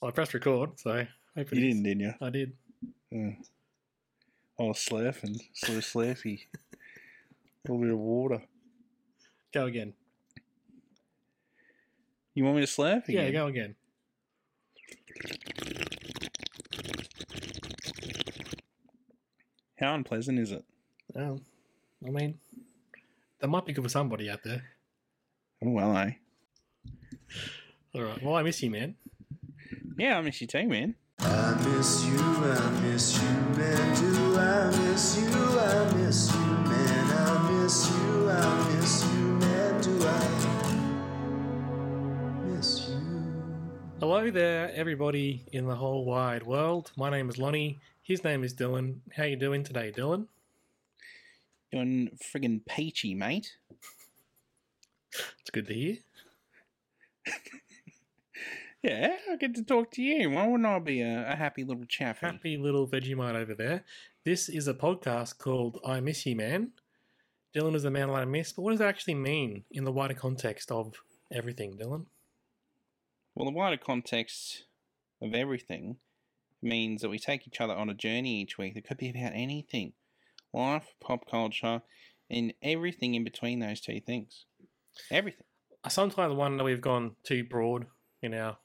Well, I pressed record, so hopefully You didn't, didn't you? I did. Mm. Oh, slurp and slow slurpy. A little bit of water. Go again. You want me to slurp again? Yeah, go again. How unpleasant is it? Well, I mean, that might be good for somebody out there. Oh, well, eh? All right. Well, I miss you, man. Yeah, I miss you too, man. I miss you, I miss you, man. Do I miss you? I miss you, man. I miss you, I miss you, man. Do I miss you? Hello there, everybody in the whole wide world. My name is Lonnie. His name is Dylan. How you doing today, Dylan? Doing friggin' peachy, mate. It's good to hear. Yeah, I get to talk to you. Why wouldn't I be a, a happy little chappy? Happy little Vegemite over there. This is a podcast called I Miss You, Man. Dylan is the man I miss, but what does that actually mean in the wider context of everything, Dylan? Well, the wider context of everything means that we take each other on a journey each week that could be about anything life, pop culture, and everything in between those two things. Everything. I sometimes wonder we've gone too broad in our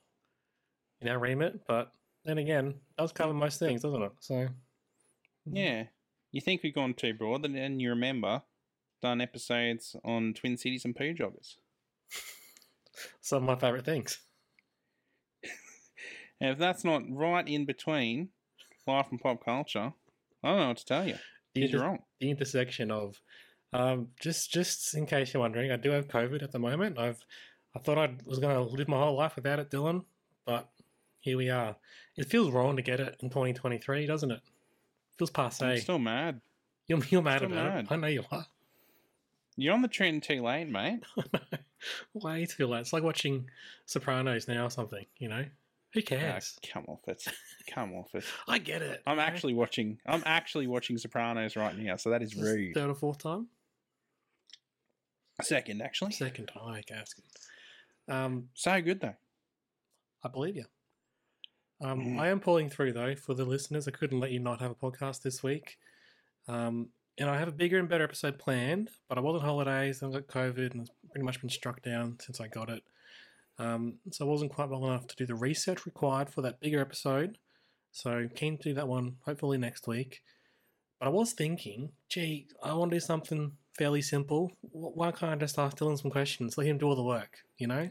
in our remit, but then again, it does cover most things, doesn't it? So Mm-hmm. Yeah. You think we've gone too broad, and then you remember done episodes on Twin Cities and Poo Joggers. some of my favourite things. And if that's not right in between life and pop culture, I don't know what to tell you. The, You're inter- wrong. the intersection of um, just just in case you're wondering, I do have COVID at the moment. I've I thought I was gonna live my whole life without it, Dylan, but here we are. It feels wrong to get it in 2023, doesn't it? Feels I'm passe. still mad. you're, you're mad still about mad. it. I know you are. You're on the trend too late, mate. Way too late. It's like watching Sopranos now or something. You know, who cares? Ah, come off it. Come off it. I get it. I'm okay? actually watching. I'm actually watching Sopranos right now, so that is Is this rude. third or fourth time. Second, actually, Second time, I guess. Um, so good though. I believe you. Um, Mm. I am pulling through though for the listeners. I couldn't let you not have a podcast this week, um, and I have a bigger and better episode planned. But I was on holidays and I got COVID, and it's pretty much been struck down since I got it. Um, so I wasn't quite well enough to do the research required for that bigger episode. So keen to do that one hopefully next week. But I was thinking, gee, I want to do something fairly simple. Wh- Why can't I just ask Dylan some questions? Let him do all the work, you know?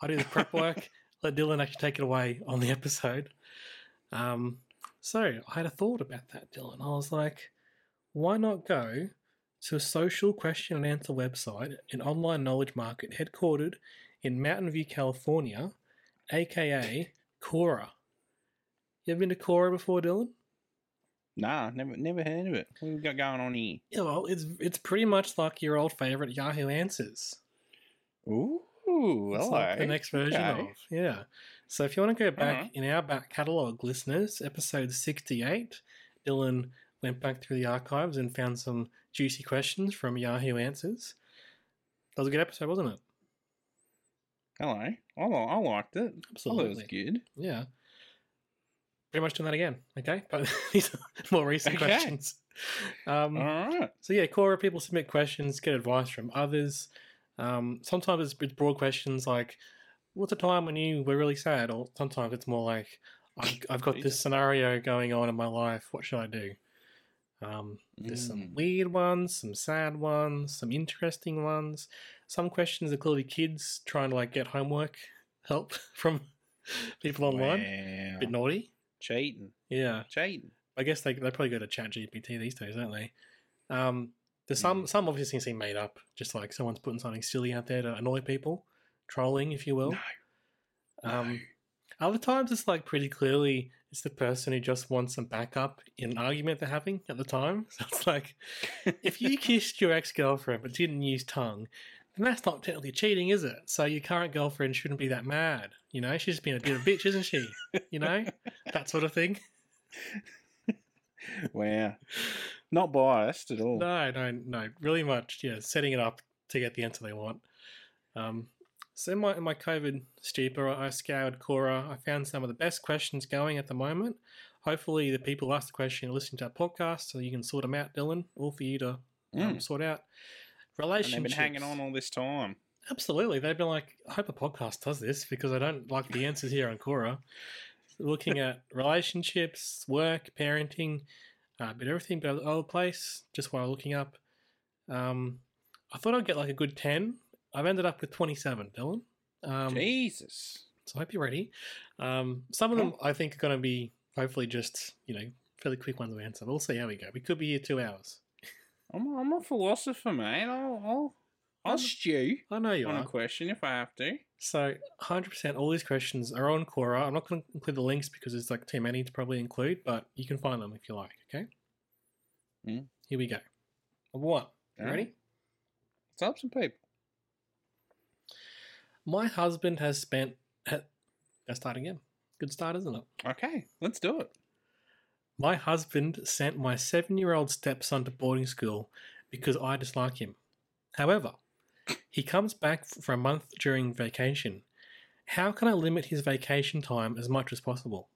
I do the prep work, let Dylan actually take it away on the episode. Um, so I had a thought about that, Dylan. I was like, why not go to a social question and answer website, an online knowledge market headquartered in Mountain View, California, aka Cora. You ever been to Cora before, Dylan? Nah, never, never heard of it. What we got going on here? Yeah, well, it's it's pretty much like your old favorite Yahoo Answers. Ooh, It's hello. like the next version Okay. Mm-hmm. of. Yeah. So if you want to go back Alright. in our back catalogue, listeners, episode 68, Dylan went back through the archives and found some juicy questions from Yahoo Answers. That was a good episode, wasn't it? Hello. I, li- I liked it. I thought Absolutely. it was good. Yeah. Pretty much doing that again, okay? But these are more recent Okay. questions. Um, All right. So yeah, Cora, people submit questions, get advice from others. Um, sometimes it's, it's broad questions like, "What's a time when you were really sad?" Or sometimes it's more like, "I've, I've got this Jesus. scenario going on in my life. What should I do?" Um, there's some Mm. weird ones, some sad ones, some interesting ones. Some questions are clearly kids trying to like get homework help from people online. Wow. A bit naughty. Cheating. Yeah. Cheating. I guess they they probably go to ChatGPT these days, don't they? Um, There's some some obviously seem made up, just like someone's putting something silly out there to annoy people, trolling, if you will. Um, Other times, it's like pretty clearly it's the person who just wants some backup in an argument they're having at the time. So it's like, if you kissed your ex girlfriend but didn't use tongue, then that's not technically cheating, is it? So your current girlfriend shouldn't be that mad. You know, she's been a bit of a bitch, isn't she? You know, that sort of thing. wow. Not biased at all. Mm. No, no, no. Really much, yeah. Setting it up to get the answer they want. Um, so in my in my COVID stupor, I scoured Quora. I found some of the best questions going at the moment. Hopefully, the people who asked the question are listening to our podcast, so you can sort them out, Dylan. All for you to um, Mm. sort out. And Relationships. they've been hanging on all this time. Absolutely. They've been like, I hope a podcast does this because I don't like the answers here on Quora. Looking at relationships, work, parenting, uh, but everything but the old place, just while looking up. Um, I thought I'd get like a good 10. I've ended up with 27, Dylan. Um, Jesus. so I hope you're ready. Um, some of them I think are going to be hopefully just, you know, fairly quick ones to answer. We'll see how we go. We could be here two hours. I'm a, I'm a philosopher, mate. I'll, I'll, I'll I'm- stew I know you on are. a question if I have to. So, 100% all these questions are on Quora. I'm not going to include the links because there's like too many to probably include, but you can find them if you like, okay? Mm. Here we go. Number one. You All right. ready? Let's help some people. My husband has spent. Let's start again. Good start, isn't it? Okay, let's do it. My husband sent my seven year old stepson to boarding school because I dislike him. However, he comes back f- for a month during vacation. How can I limit his vacation time as much as possible?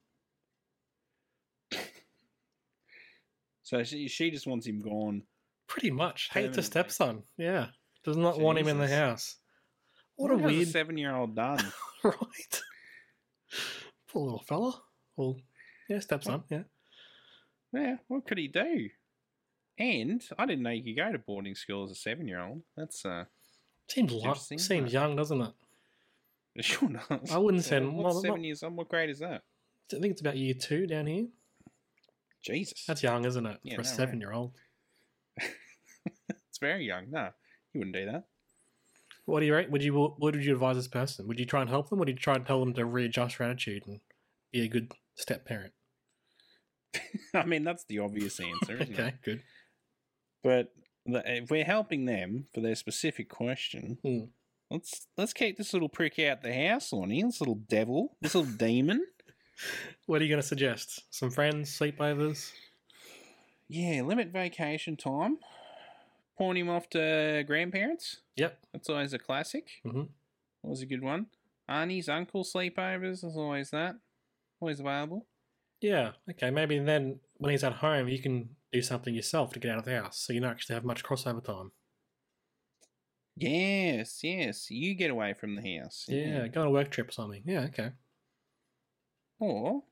So she, she just wants him gone. Pretty much. Hates Permanently. a stepson. Yeah. Does not want him in the Jesus. house. What a has weird. seven year old done. right? Poor little fella. Well, yeah, stepson. Yeah. yeah, what could he do? And I didn't know you could go to boarding school as a seven year old. That's uh, Seems lo- Interesting, seems isn't it? young, doesn't it? it sure not. I wouldn't send- What, well, I'm seven not- years old? What grade is that? I think it's about year two down here. Jesus, That's young, isn't it? Yeah, For a no, right. seven year old. it's very young. No, you wouldn't do that. What do you rate? Would you what would you advise this person? Would you try and help them? Would you try and tell them to readjust their attitude and be a good step parent? I mean, that's the obvious answer, isn't okay, it? good. But the, if we're helping them for their specific question, Hmm. let's let's keep this little prick out the house, Lonnie. This little devil, this little demon. What are you going to suggest? Some friends, sleepovers? Yeah, limit vacation time. Pawn him off to grandparents. Yep. That's always a classic. Mhm. Always a good one. Aunties, uncle sleepovers. There's always that. Always available. Yeah. Okay. Maybe then when he's at home, you can do something yourself to get out of the house, so you don't actually have much crossover time. Yes, yes. You get away from the house. Yeah. Go on a work trip or something. Yeah. Okay. Or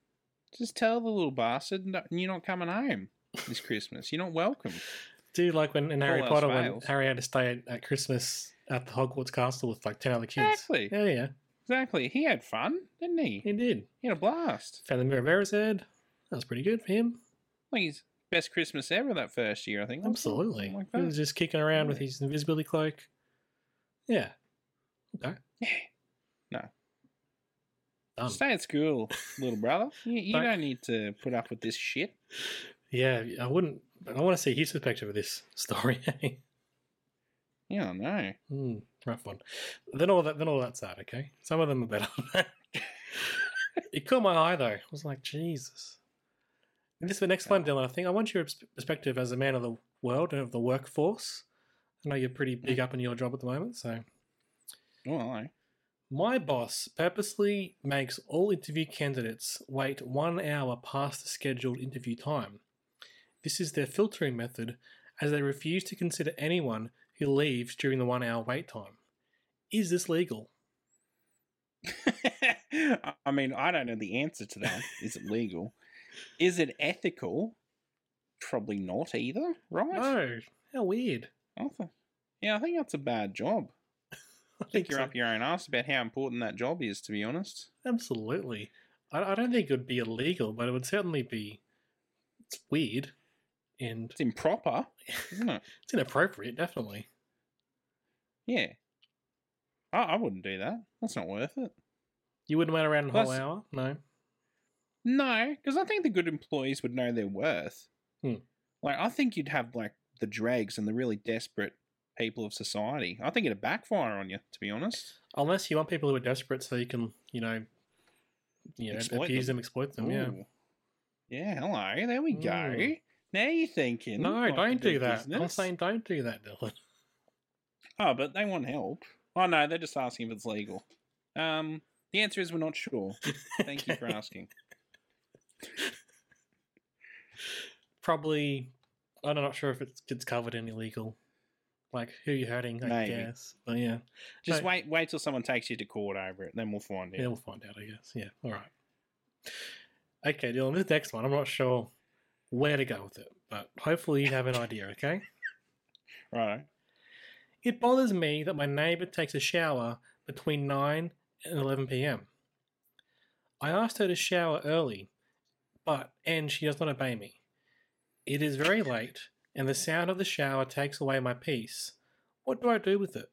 just tell the little bastard no- you're not coming home this Christmas. You're not welcome. Do you like when in Harry All else Potter when fails. Harry had to stay at, at Christmas at the Hogwarts Castle with like ten other kids? Exactly. Yeah. Yeah. Exactly. He had fun, didn't he? He did. He had a blast. Found the Mirror of Erised. That was pretty good for him. I think his best Christmas ever that first year, I think. wasn't it? Absolutely. Something Like he was that. just kicking around with Yeah. his invisibility cloak. Yeah. Done. Stay at school, little brother. You, you Don't- don't need to put up with this shit. Yeah, I wouldn't. I want to see his perspective of this story. eh? Yeah, I know. Hmm, rough one. Then all that. Then all that's out. Okay. Some of them are better. it caught my eye though. I was like, Jesus. And this is the next one, Dylan. I think I want your pers- perspective as a man of the world and of the workforce. I know you're pretty big up in your job at the moment, so Oh, I know. My boss purposely makes all interview candidates wait one hour past the scheduled interview time. This is their filtering method as they refuse to consider anyone who leaves during the one hour wait time. Is this legal? I- I mean, I don't know the answer to that. Is it legal? Is it ethical? Probably not either, right? No. How weird. I thi- yeah, I think that's a bad job. I I think you're so. up your own ass about how important that job is, to be honest. Absolutely. I, I don't think it would be illegal, but it would certainly be. It's weird. and It's improper, isn't it? it's inappropriate, definitely. Yeah. I, I wouldn't do that. That's not worth it. You wouldn't wait around a whole Plus- hour, no. No, because I think the good employees would know their worth. Hmm. Like, I think you'd have, like, the dregs and the really desperate people of society. I think it'd backfire on you, to be honest. Unless you want people who are desperate, so you can, you know, you know, Exploit abuse them. them. exploit them. Yeah. Ooh. Yeah, hello. There we go. Ooh. Now you're thinking. No, like the don't do big that. I'm business. saying don't do that, Dylan. Oh, but they want help. Oh no, they're just asking if it's legal. Um, the answer is we're not sure. Thank you for Okay. asking. Probably, I'm not sure if it's gets covered in illegal. Like who you're hurting, I Maybe. guess. But yeah, Just No. wait, wait till someone takes you to court over it, then we'll find yeah, out. we'll find out. I guess. Yeah. All right. Okay, Dylan. This next one, I'm not sure where to go with it, but hopefully you have an idea. Okay. Right? It bothers me that my neighbour takes a shower between 9 and 11 pm. I asked her to shower early, but and she does not obey me. It is very late, and the sound of the shower takes away my peace. What do I do with it?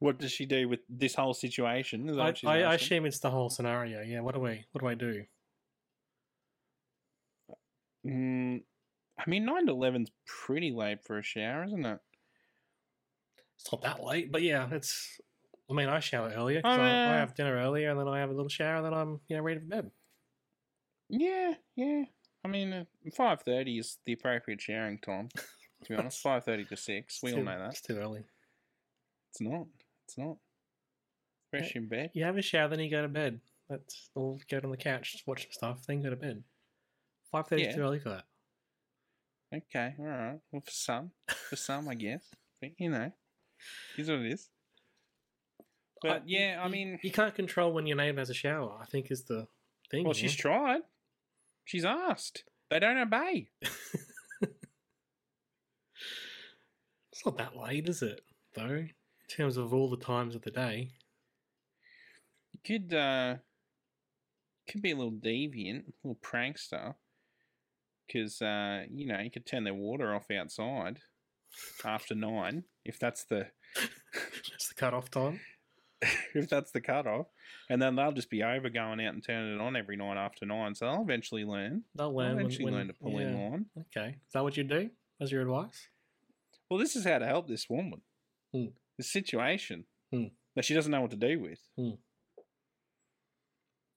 What does she do with this whole situation? Is that I, what she's I, I asking? assume it's the whole scenario. Yeah, what do I what do I do? Mm, I mean, nine to eleven's pretty late for a shower, isn't it? It's not that late, but yeah, it's. I mean, I shower earlier 'cause Oh, I, I yeah. have dinner earlier, and then I have a little shower, and then I'm you know ready for bed. Yeah, yeah. I mean, uh, five thirty is the appropriate showering time. To be honest, five thirty to six, we It's all too- know that. it's too early. It's not. It's not. Fresh in bed. You have a shower, then you go to bed. That's all. Get on the couch, just watch some stuff, then go to bed. Five thirty is Yeah. too early for that. Okay, all right. Well, for some, for some, I guess. But you know, is what it is. But I- yeah, I you- mean, you can't control when your neighbor has a shower. I think is the thing. well, she's tried. She's asked. They don't obey. it's not that late, is it? Though, in terms of all the times of the day, You could, uh, could be a little deviant, a little prankster, because uh, you know you could turn their water off outside after nine if that's the that's the cut off time. if that's the cutoff, and then they'll just be over going out and turning it on every night after nine. So they'll eventually learn. They'll They'll learn when, eventually when- learn to pull yeah. in line. Okay, is that what you do? That's your advice? Well, this is how to help this woman. Hmm. The situation Hmm. that she doesn't know what to do with. Hmm.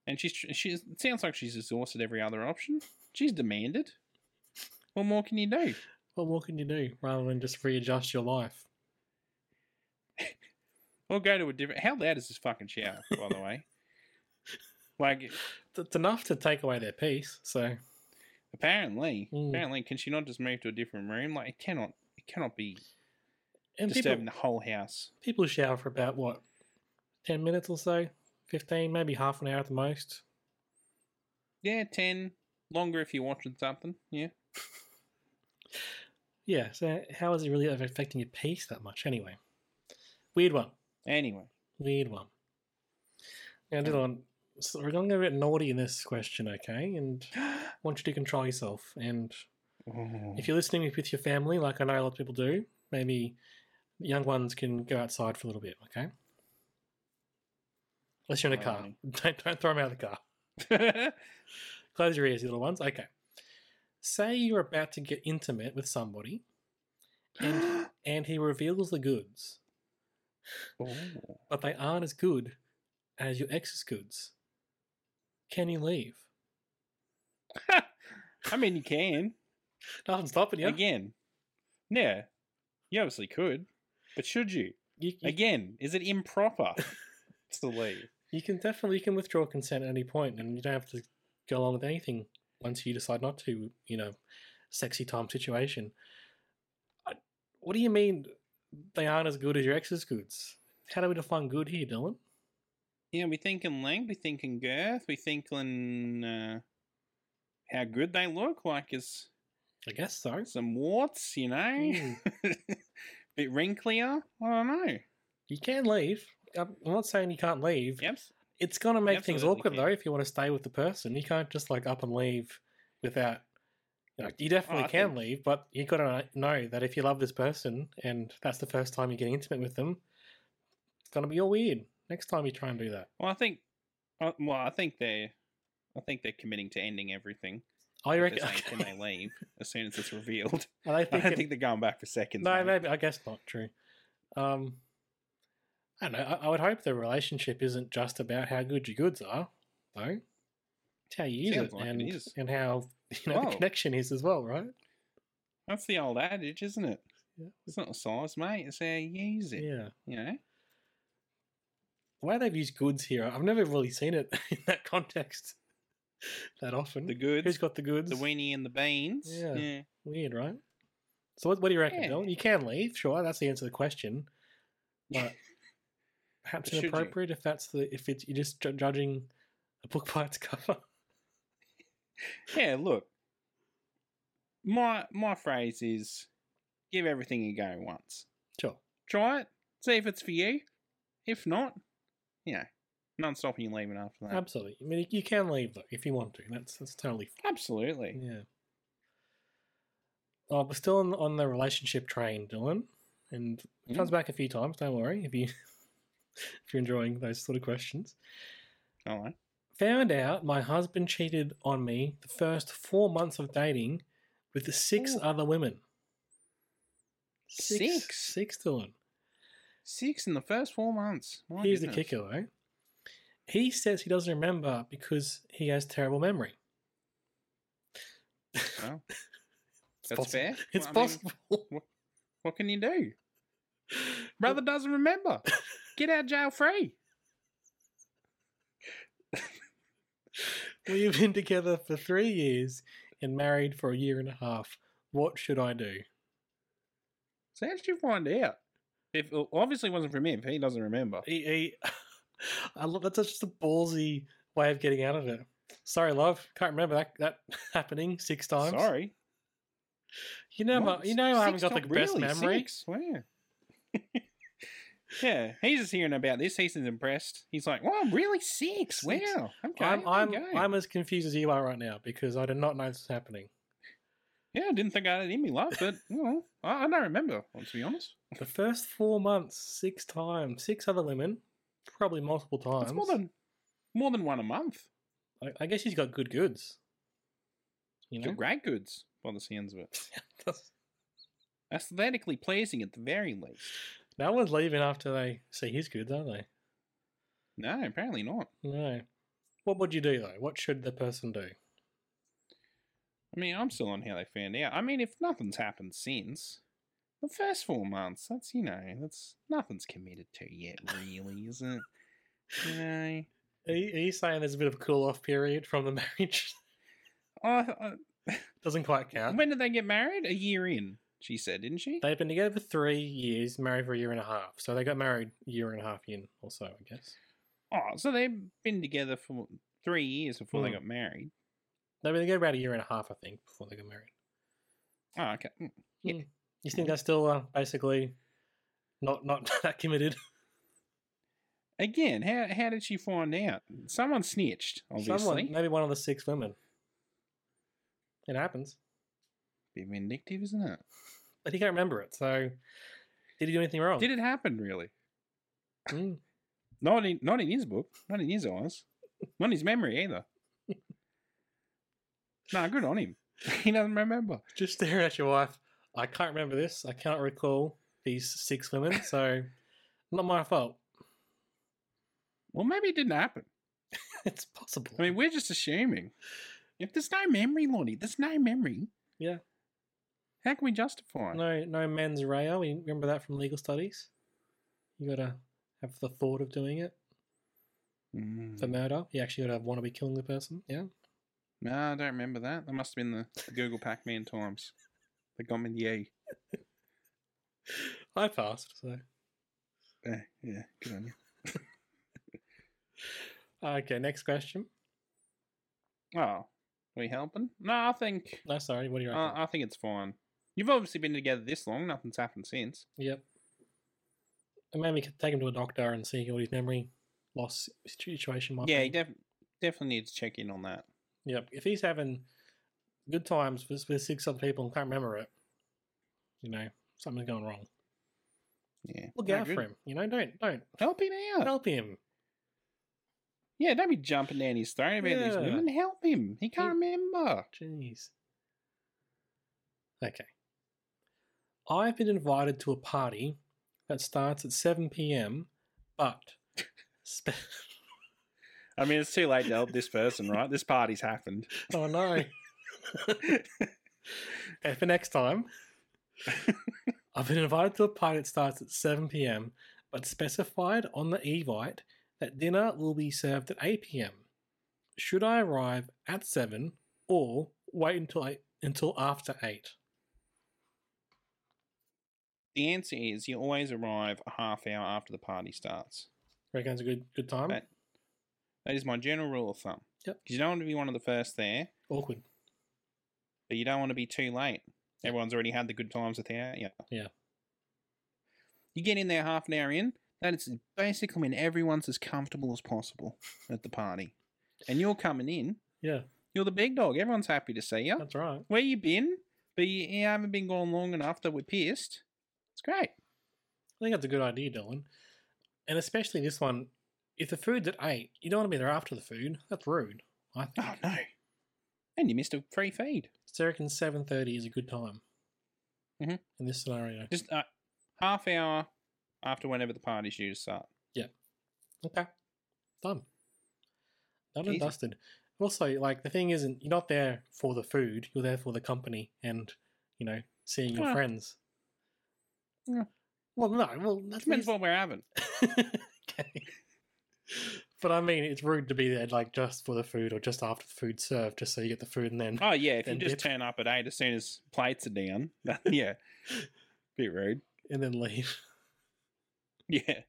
And she's, tr- she's, it sounds like she's exhausted every other option. She's demanded. What more can you do? What more can you do rather than just readjust your life? Or go to a different. How loud is this fucking shower, by the way? Like, It's enough to take away their peace. So apparently, Hmm. apparently, can she not just move to a different room? Like, it cannot, it cannot be and people, disturbing the whole house. people shower for about what 10 minutes or so 15 maybe half an hour at the most Yeah, 10. Longer if you're watching something. Yeah. yeah so how is it really affecting your peace that much anyway weird one Anyway. weird one now Dylan, so we're going to go a bit naughty in this question okay and I want you to control yourself and Oh. if you're listening with your family like i know a lot of people do maybe young ones can go outside for a little bit okay unless you're in a car Alrighty. don't, don't throw them out of the car Oh. Close your ears, you little ones. Okay. Say you're about to get intimate with somebody and and he reveals the goods, Oh. but they aren't as good as your ex's goods. Can you leave? I mean, you can. Nothing's stopping you. Again. Yeah. You obviously could. But should you? you, you, Again, is it improper to leave? you can definitely you can withdraw consent at any point and you don't have to go along with anything once you decide not to, you know, sexy time situation. I, what do you mean they aren't as good as your ex's goods? How do we define good here, Dylan? Yeah, we thinking length, we thinking girth, we thinking uh, how good they look. Like, is I guess so. some warts, you know? Bit wrinklier. I don't know. You can leave. I'm I'm not saying you can't leave. Yep. It's gonna make things Absolutely awkward can. though if you want to stay with the person. You can't just like up and leave without. You, know, you definitely Oh, I can think- leave, but you gotta know that if you love this person and that's the first time you're getting intimate with them, it's gonna be all weird. Next time you try and do that, Well, I think, uh, well, I think they're, I think they're committing to ending everything. I if reckon. they're saying, Can they leave as soon as it's revealed? Are they I thinking, don't think they're going back for seconds. no, mate. maybe I guess not true. Um, I don't know. I, I would hope the relationship isn't just about how good your goods are, though. It's how you use it, Sounds like it and is. and how you know the Well. connection is as well, right? That's the old adage, isn't it? Yeah. It's not a size, mate. It's how you use it. Yeah. You know. The way they've used goods here, I've never really seen it in that context that often. The Who's goods, got the goods? the weenie and the beans. Yeah. yeah. Weird, right? So what, what do you reckon, Yeah. Bill? You can leave, sure. That's the answer to the question. But perhaps But should you? inappropriate if that's the if it's you're just ju- judging a book by its cover. Yeah, look. My my phrase is give everything a go once. Sure. Try it. See if it's for you. If not, you know, none stopping you leaving after that. Absolutely. I mean, you- you can leave though if you want to. That's that's totally fine. Absolutely. Yeah. Oh, we're still on, on the relationship train, Dylan, and it Mm. comes back a few times. Don't worry if you if you're enjoying those sort of questions. All right. Found out my husband cheated on me the first four months of dating with six Ooh. other women. Six. six, Dylan. Six in the first four months. My Here's the goodness. kicker, though. He says he doesn't remember because he has terrible memory. Well, It's that's possi- fair. It's Well, I mean, possible. what can you do? Brother doesn't remember. Get out of jail free. We've been together for three years and married for a year and a half. What should I do? So how did you find out? If well, obviously it wasn't from him, if he doesn't remember. He, he, E, I love that's just a ballsy way of getting out of it. Sorry, love, can't remember that that happening six times. Sorry. you know, What? my- you know, I haven't Six got the times? best Really? memory. Six? Wow. yeah, he's just hearing about this. He's impressed. He's like, "Wow, really six? Six. Wow, okay, I'm there I'm you go." I'm as confused as you are right now because I did not know this was happening. yeah, I didn't think I had it in me, love, but well, I, I don't remember. To be honest, The first four months, six times, six other women, probably multiple times. it's more than more than one a month. I, I guess he's got good goods. You Your know, great goods, by the sounds of it, That's- aesthetically pleasing at the very least. no one's leaving after they see his goods, are they? No, apparently not. No. What would you do though? What should the person do? I mean, I'm still on how they found out. I mean, if nothing's happened since the first four months, that's you know, that's nothing's committed to yet, really, is it? You know, Are you, are you saying there's a bit of a cool off period from the marriage? I, Doesn't quite I, count. Oh, uh, when did they get married? A year in, she said, didn't she? They've been together for three years, married for a year and a half. So they got married a year and a half in or so, I guess. oh, so they've been together for three years before they Hmm. got married. They've been together about a year and a half, I think, before they got married. Oh, okay. Mm. Yeah. Mm. You think that's still uh, basically not not that committed? Again, how how did she find out? Someone snitched, obviously. Someone, maybe one of the six women. It happens. Bit vindictive, isn't it? But he can't remember it, so did he do anything wrong? Did it happen really? Mm. Not in not in his book, not in his eyes, not in his memory either. nah, good on him. He doesn't remember. just staring at your wife. I can't remember this. I can't recall these six women, so not my fault. Well, maybe it didn't happen. It's possible. I mean, we're just assuming. If there's no memory, Lonnie, there's no memory. Yeah. How can we justify it? no, no mens rea. We remember that from legal studies. You gotta have the thought of doing it Mm. for murder. You actually gotta want to be killing the person. Yeah, No, I don't remember that. That must have been the, the Google Pac-Man times. The E. Gommelier. I passed. So Yeah, Eh, yeah, good on you. okay, next question. Oh, are we helping? No, I think No, sorry. What do you reckon? I I think it's fine. You've obviously been together this long. Nothing's happened since. yep. And maybe we could take him to a doctor and see what his memory loss situation might Yeah, be. you def- definitely need to check in on that. Yep. If he's having good times with, with six other people and can't remember it, you know, something's going wrong. Yeah. Look No out good. for him. You know, don't don't Help him out. help him. Yeah, don't be jumping down his throat about these Yeah. women. Help him. He can't He- remember. Jeez. Okay. I've been invited to a party that starts at seven PM, but spe- I mean, it's too late to help this person, right? This party's happened. oh no. Okay, for next time. I've been invited to a party that starts at 7 pm, but specified on the Evite that dinner will be served at 8 pm. Should I arrive at 7 or wait until I, until after 8? the answer is you always arrive a half hour after the party starts. Reckon it's a good good time? That, that is my general rule of thumb. Yep. Because you don't want to be one of the first there, Awkward. but you don't want to be too late. Everyone's already had the good times without you. Yeah. You get in there half an hour in, that is basically when everyone's as comfortable as possible at the party. And you're coming in, Yeah, you're the big dog. Everyone's happy to see you. that's right. Where you been? But you, you haven't been gone long enough that we're pissed. It's great. I think that's a good idea, Dylan. And especially this one, if the food's at 8, you don't want to be there after the food. That's rude, I think. Oh no. And you missed a free feed. So I reckon 7.30 is a good time Mhm. in this scenario. Just uh, half hour after whenever the party's due to start. Okay. Done. Done Easy. and dusted. Also, like the thing isn't you're not there for the food, you're there for the company and, you know, seeing your Yeah. friends. Yeah. Well no, well that's Depends what we're having. okay. But I mean it's rude to be there like just for the food or just after the food's served, just so you get the food and then Oh yeah, if you Then just dip. turn up at eight as soon as plates are down. yeah. Bit rude. and then leave. Yeah.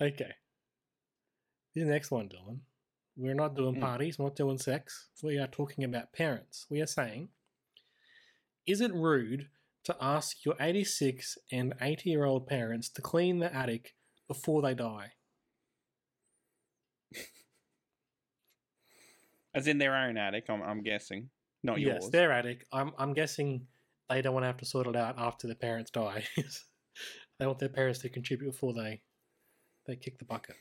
Okay. The next one, Dylan. We're not doing Mm. parties, we're not doing sex. We are talking about parents. We are saying, is it rude to ask your 86 and 80 year old parents to clean the attic before they die? As in their own attic, I'm, I'm guessing. Not yes, yours. their attic. I'm, I'm guessing they don't want to have to sort it out after their parents die. they want their parents to contribute before they they kick the bucket.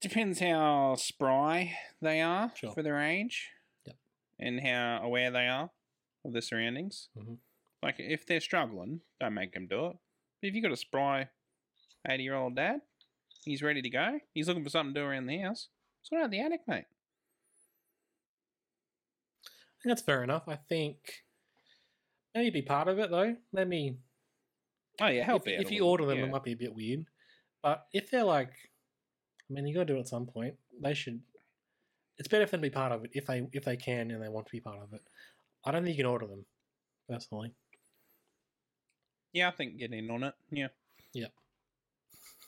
Depends how spry they are Sure. for their age, Yep. and how aware they are of their surroundings. Mhm. Like if they're struggling, don't make them do it. But if you got a spry eighty-year-old dad, he's ready to go. He's looking for something to do around the house. Sort out the attic, mate. I think that's fair enough. I think maybe be part of it though. Let me Oh yeah, help if, out if a you little order them, bit, it yeah. might be a bit weird. But if they're like, I mean, you got to do it at some point. They should. It's better for them to be part of it if they if they can and they want to be part of it. I don't think you can order them, personally. yeah, I think get in on it. Yeah, Yep.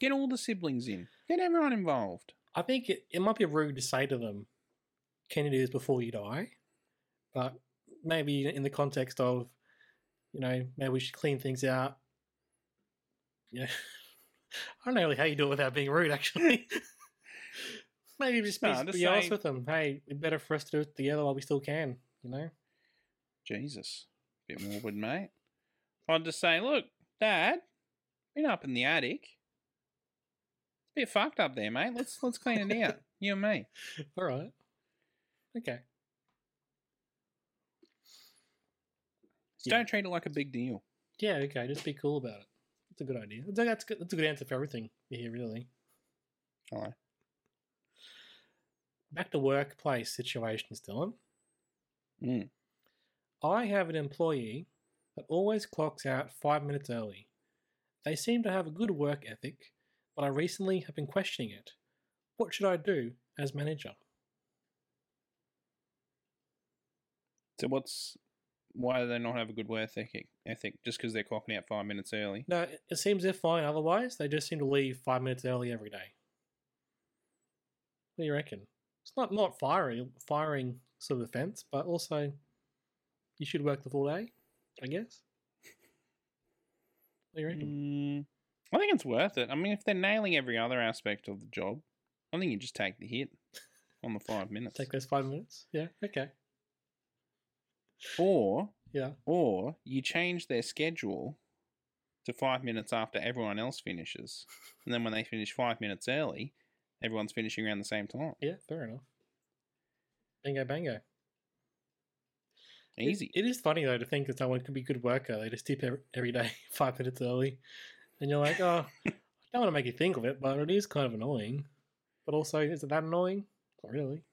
Get all the siblings in. Get everyone involved. I think it, it might be rude to say to them, "Can you do this before you die?" But maybe in the context of, you know, maybe we should clean things out. Yeah, I don't know really how you do it without being rude. Actually, maybe just be, No, just be honest say- with them. Hey, it's better for us to do it together while we still can. You know, Jesus. Bit morbid, mate. I'd just say, look, Dad, been up in the attic. It's a bit fucked up there, mate. Let's let's clean it out. You and me. all right, okay, Just Don't treat it like a big deal. yeah, okay. Just be cool about it. That's a good idea. That's a- That's good. That's a good answer for everything here, really. Hello. back to workplace situations, Dylan. Mm. I have an employee that always clocks out five minutes early. They seem to have a good work ethic, but I recently have been questioning it. What should I do as manager? So what's why do they not have a good work ethic? Ethic just because they're clocking out five minutes early. No, it- it seems they're fine otherwise. They just seem to leave five minutes early every day. What do you reckon? It's not, not firing, firing sort of offense, but also you should work the full day, I guess. What do you reckon? Mm, I think it's worth it. I mean, if they're nailing every other aspect of the job, I think you just take the hit on the five minutes. Take those five minutes. Yeah. Okay. Or Yeah. or you change their schedule to five minutes after everyone else finishes, and then when they finish five minutes early, everyone's finishing around the same time. Yeah. Fair enough. Bingo, bango. It- Easy. it is funny though to think that someone could be a good worker. They just tip ev- every day five minutes early, and you're like, oh, I don't want to make you think of it, but it is kind of annoying. But also, is it that annoying? Not really.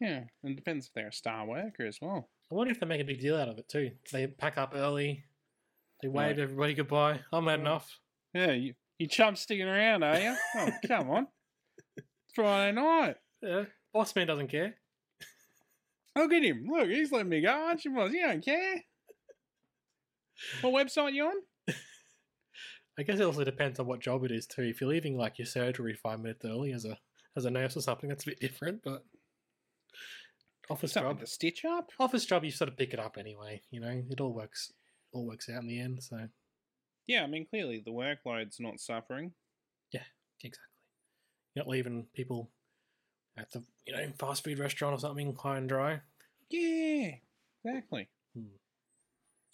Yeah, and it depends if they're a star worker as well. I wonder if they make a big deal out of it too. They pack up early. They Right. wave to everybody goodbye. I'm had Mm. enough. Yeah, you you chump sticking around, are you? Oh, come on. It's Friday night. Yeah. Boss man doesn't care. Look at him. Look, he's letting me go. Aren't you, boss? You don't care. What website you on? I guess it also depends on what job it is too. If you're leaving like your surgery five minutes early as a as a nurse or something, that's a bit different. But office Something job, to stitch up. office job, you sort of pick it up anyway. You know, it all works all works out in the end. So Yeah, I mean, clearly the workload's not suffering. exactly, you're not leaving people at the you know fast food restaurant or something high and dry. Yeah, exactly.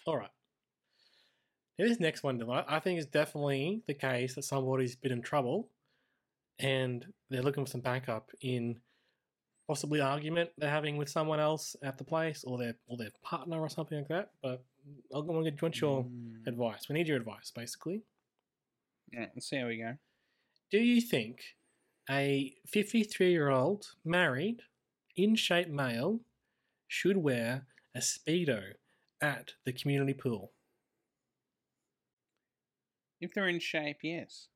All right. Now, This next one, Dylan, I I think is definitely the case that somebody's been in trouble and they're looking for some backup in possibly argument they're having with someone else at the place or their or their partner or something like that. But I'll go and want your Mm. advice. We need your advice, basically. Alright, let's see how we go. Do you think a 53 year old married, in shape male should wear a Speedo at the community pool? If they're in shape, yes.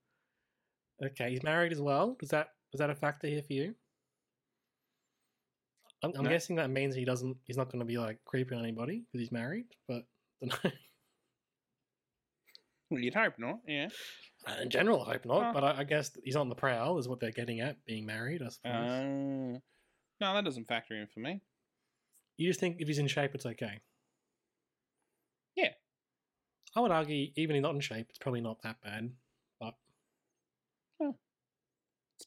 Okay, he's married as well. Does that is that a factor here for you? I'm, I'm No. guessing that means he doesn't. He's not going to be like creeping on anybody because he's married. But dunno. Well, you'd hope not, yeah. in general, I hope not. Huh. But I, I guess he's on the prowl, is what they're getting at. Being married, I suppose. Uh, no, that doesn't factor in for me. you just think if he's in shape, it's okay. Yeah. I would argue, even if not in shape, it's probably not that bad. But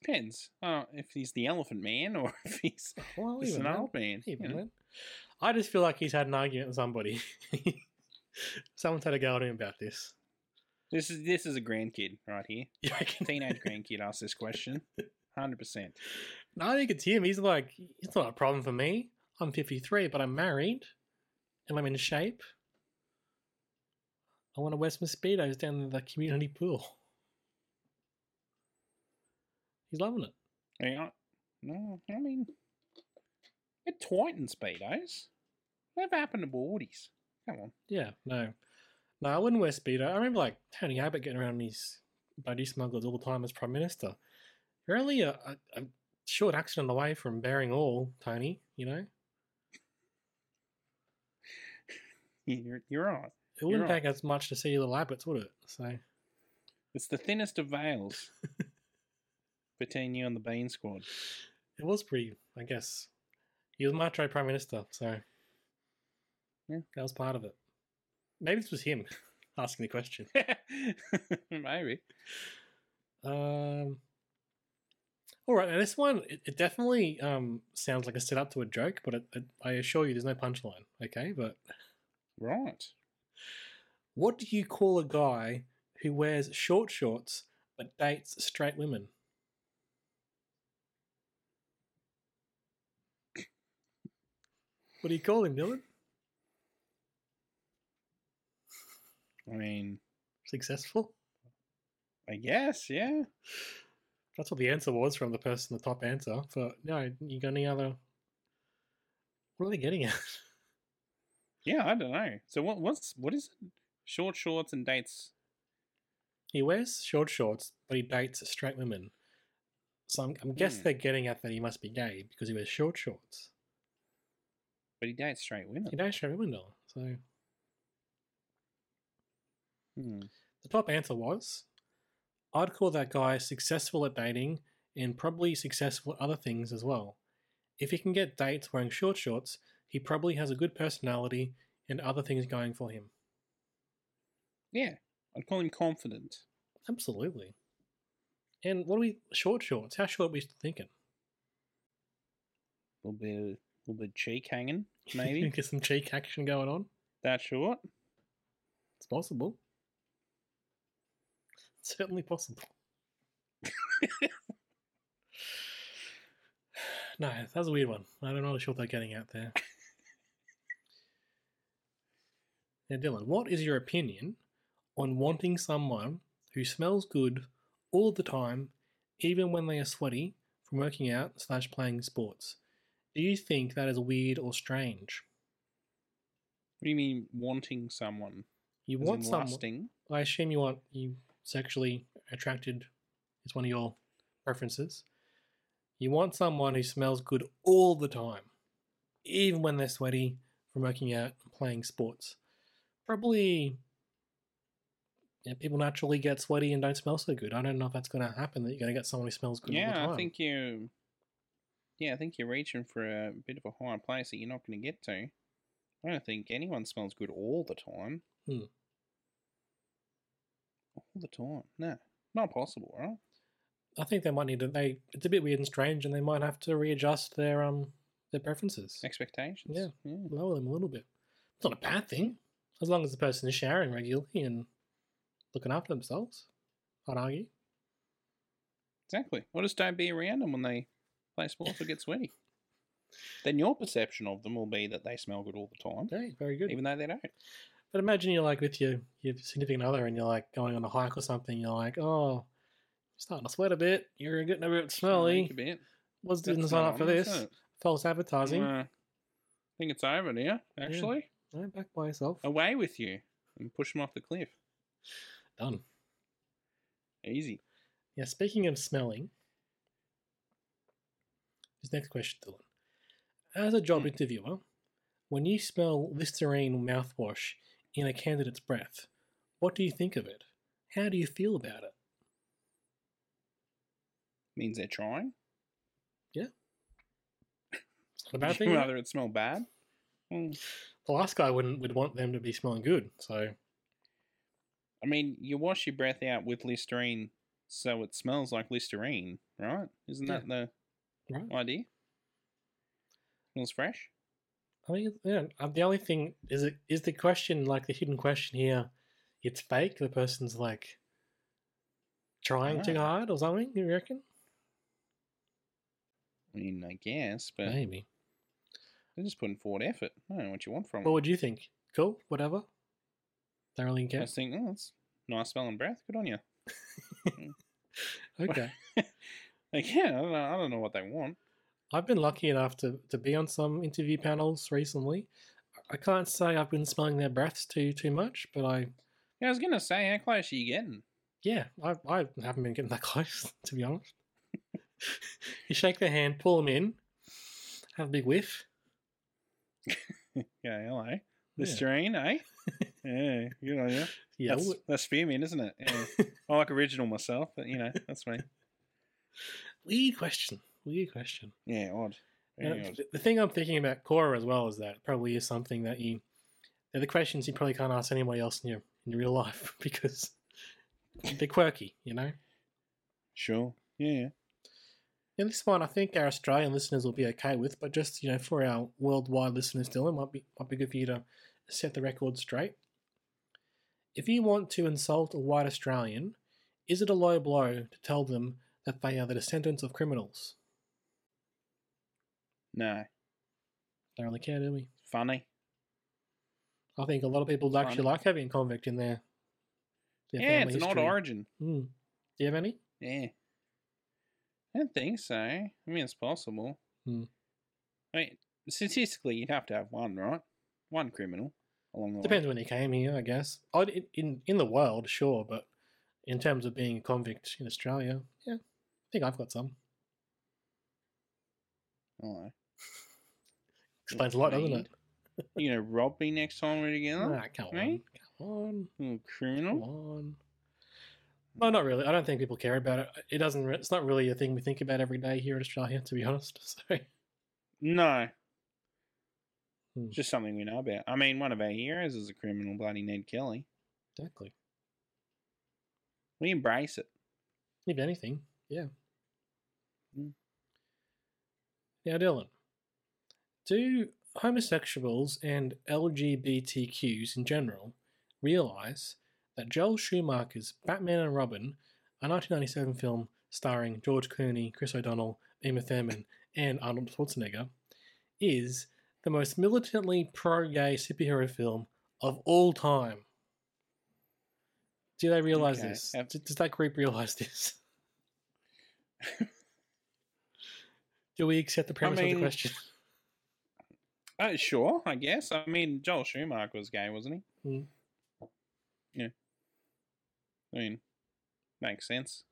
Depends. Uh, if he's the elephant man or if he's well, just even an then- old man. you even know. then, I just feel like he's had an argument with somebody. Someone's had a go at him about this. This is this is a grandkid right here. You reckon? Teenage grandkid asked this question. Hundred percent. No, I think it's him. He's like, it's not a problem for me. I'm 53, but I'm married and I'm in shape. I want to wear some Speedos down in the community pool. He's loving it. No, I mean, it Titan speedos. eh? Whatever happened to boardies? Come on. Yeah, no. No, I wouldn't wear Speedo. I remember like Tony Abbott getting around these buddy smugglers all the time as Prime Minister. You're only a, a, a short accident away from bearing all, Tony, you know? You're, you're right. It wouldn't right. take us much to see your little Abbots, would it? So. It's the thinnest of veils between you and the Bean Squad. It was pretty, I guess. He was Maitreya Prime Minister, so Yeah. that was part of it. Maybe this was him asking the question. Maybe. Um, all right, now this one, it, it definitely um, sounds like a setup to a joke, but it, it, I assure you there's no punchline, okay? But Right. what do you call a guy who wears short shorts but dates straight women? What do you call him, Dylan? I mean, successful? I guess, yeah. That's what the answer was from the person, the top answer. But no, you got any other? What are they getting at? Yeah, I don't know. So what? What's what is it? Short shorts and dates. He wears short shorts, but he dates straight women. So I'm, I'm guess Hmm. they're getting at that he must be gay because he wears short shorts. But he dates straight women. He dates straight women, though. So the Hmm. top answer was, I'd call that guy successful at dating and probably successful at other things as well. If he can get dates wearing short shorts, he probably has a good personality and other things going for him. Yeah, I'd call him confident. Absolutely. And what are we short shorts? How short are we thinking? A little bit, a little bit of cheek hanging, maybe. Get some cheek action going on. that short. It's possible. It's certainly possible. no, that was a weird one. I'm not really sure what they're getting out there. now, Dylan, what is your opinion on wanting someone who smells good all the time, even when they are sweaty from working out slash playing sports? Do you think that is weird or strange? What do you mean wanting someone? You As in want someone. lusting? I assume you want you sexually attracted is one of your preferences. You want someone who smells good all the time, even when they're sweaty from working out and playing sports. Probably yeah, people naturally get sweaty and don't smell so good. I don't know if that's going to happen that you're going to get someone who smells good all the Yeah, time. I think you. Yeah, I think you're reaching for a bit of a higher place that you're not going to get to. I don't think anyone smells good all the time. Hmm. All the time, no, not possible, right? I think they might need to. They it's a bit weird and strange, and they might have to readjust their um their preferences. Expectations. Yeah. lower them a little bit. It's not a bad thing, as long as the person is showering regularly and looking after themselves. I'd argue. exactly. Or just don't be around them when they play sports or get sweaty. Then your perception of them will be that they smell good all the time, Okay, very good. even though they don't. but imagine you're like with your your significant other, and you're like going on a hike or something. You're like, oh, starting to sweat a bit. You're getting a bit Think a smelly. bit. Was didn't That's sign not up for on, is this. it? False advertising. Uh, I think it's over now, actually. No, back by yourself. away with you and push him off the cliff. Done. Easy. Yeah, speaking of smelling, this next question, Dylan. As a job Hmm. interviewer, when you smell Listerine mouthwash in a candidate's breath, what do you think of it? How do you feel about it? Means they're trying. It's not a bad thing. right? Rather it smell bad. Mm. The last guy wouldn't would want them to be smelling good, so I mean, you wash your breath out with Listerine so it smells like Listerine, right? Isn't that the Right. idea? Smells fresh? I think it's- yeah. uh, The only thing is it is the question like the hidden question here. It's fake. The person's like trying too Ah. hard or something. You reckon? I mean, I guess, but Maybe. they're just putting forward effort. I don't know what you want from What them. would you think? Cool, whatever. Thoroughly I get. was thinking, oh, that's nice smelling breath. Good on you. Okay. Like, yeah, I don't, know, I don't know what they want. I've been lucky enough to, to be on some interview panels recently. I can't say I've been smelling their breaths too too much, but I Yeah, I was going to say, how close are you getting? yeah, I, I haven't been getting that close, to be honest. you shake their hand, pull them in, have a big whiff. Yeah, hello. Yeah. Listerine, eh? yeah, good on you. Yeah, that's, w- that's fuming, isn't it? Yeah. I like original myself, but you know, that's me. weird question. Weird question. Yeah, odd. And Very odd. th- the thing I'm thinking about Cora as well is that it probably is something that you, they're the questions you probably can't ask anybody else in your in your real life because they're quirky, you know. Sure. Yeah, yeah. And this one, I think our Australian listeners will be okay with, but just you know, for our worldwide listeners, Dylan, might be might be good for you to set the record straight. If you want to insult a white Australian, is it a low blow to tell them that they are the descendants of criminals? No, Don't really care, do we? funny. I think a lot of people would actually Funny. like having a convict in their. their yeah, family it's an odd history. origin. Mm. Do you have any? Yeah. I don't think so. I mean, it's possible. Hmm. I mean, statistically, you'd have to have one, right? One criminal along the Depends way. when he came here, I guess. I'd, in- in in the world, sure, but in terms of being a convict in Australia, yeah, I think I've got some. Hello. Explains a lot, doesn't Indeed. it? You know, rob me next time we're together? Nah, come on, Right? come on, Little come criminal? on. No, not really. I don't think people care about it. It doesn't. Re- it's not really a thing we think about every day here in Australia, to be honest. So No. Hmm. Just something we know about. I mean, one of our heroes is a criminal, bloody Ned Kelly. exactly. We embrace it. If anything, yeah. Mm. Now, Dylan, do homosexuals and LGBTQs in general realize that Joel Schumacher's Batman and Robin, a 1997 film starring George Clooney, Chris O'Donnell, Uma Thurman, and Arnold Schwarzenegger, is the most militantly pro gay superhero film of all time? Do they realize Okay, this? have- D- Does that group realize this? Do we accept the premise of mean- the question? Oh, sure, I guess. I mean, Joel Schumacher was gay, wasn't he? Mm. Yeah. I mean, makes sense.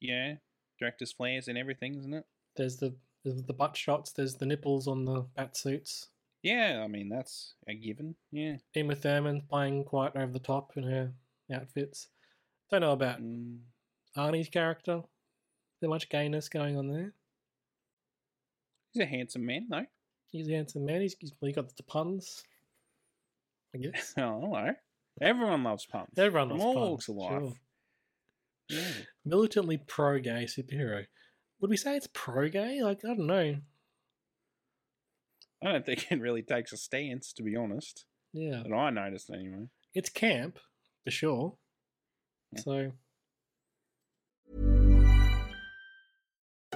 Yeah. Director's flares and everything, isn't it? There's the there's the butt shots. There's the nipples on the bat suits. Yeah, I mean, that's a given. Yeah. Emma Thurman playing quite over the top in her outfits. Don't know about Mm. Arnie's character. There's much gayness going on there. He's a handsome man, though. He's a handsome man. He's, he's he got the puns. I guess Oh, hello. Everyone loves puns. everyone From loves all puns, walks of life. sure. Yeah. Militantly pro-gay superhero. Would we say it's pro-gay? Like I don't know. I don't think it really takes a stance, to be honest. Yeah. That I noticed, anyway. it's camp for sure. Yeah. So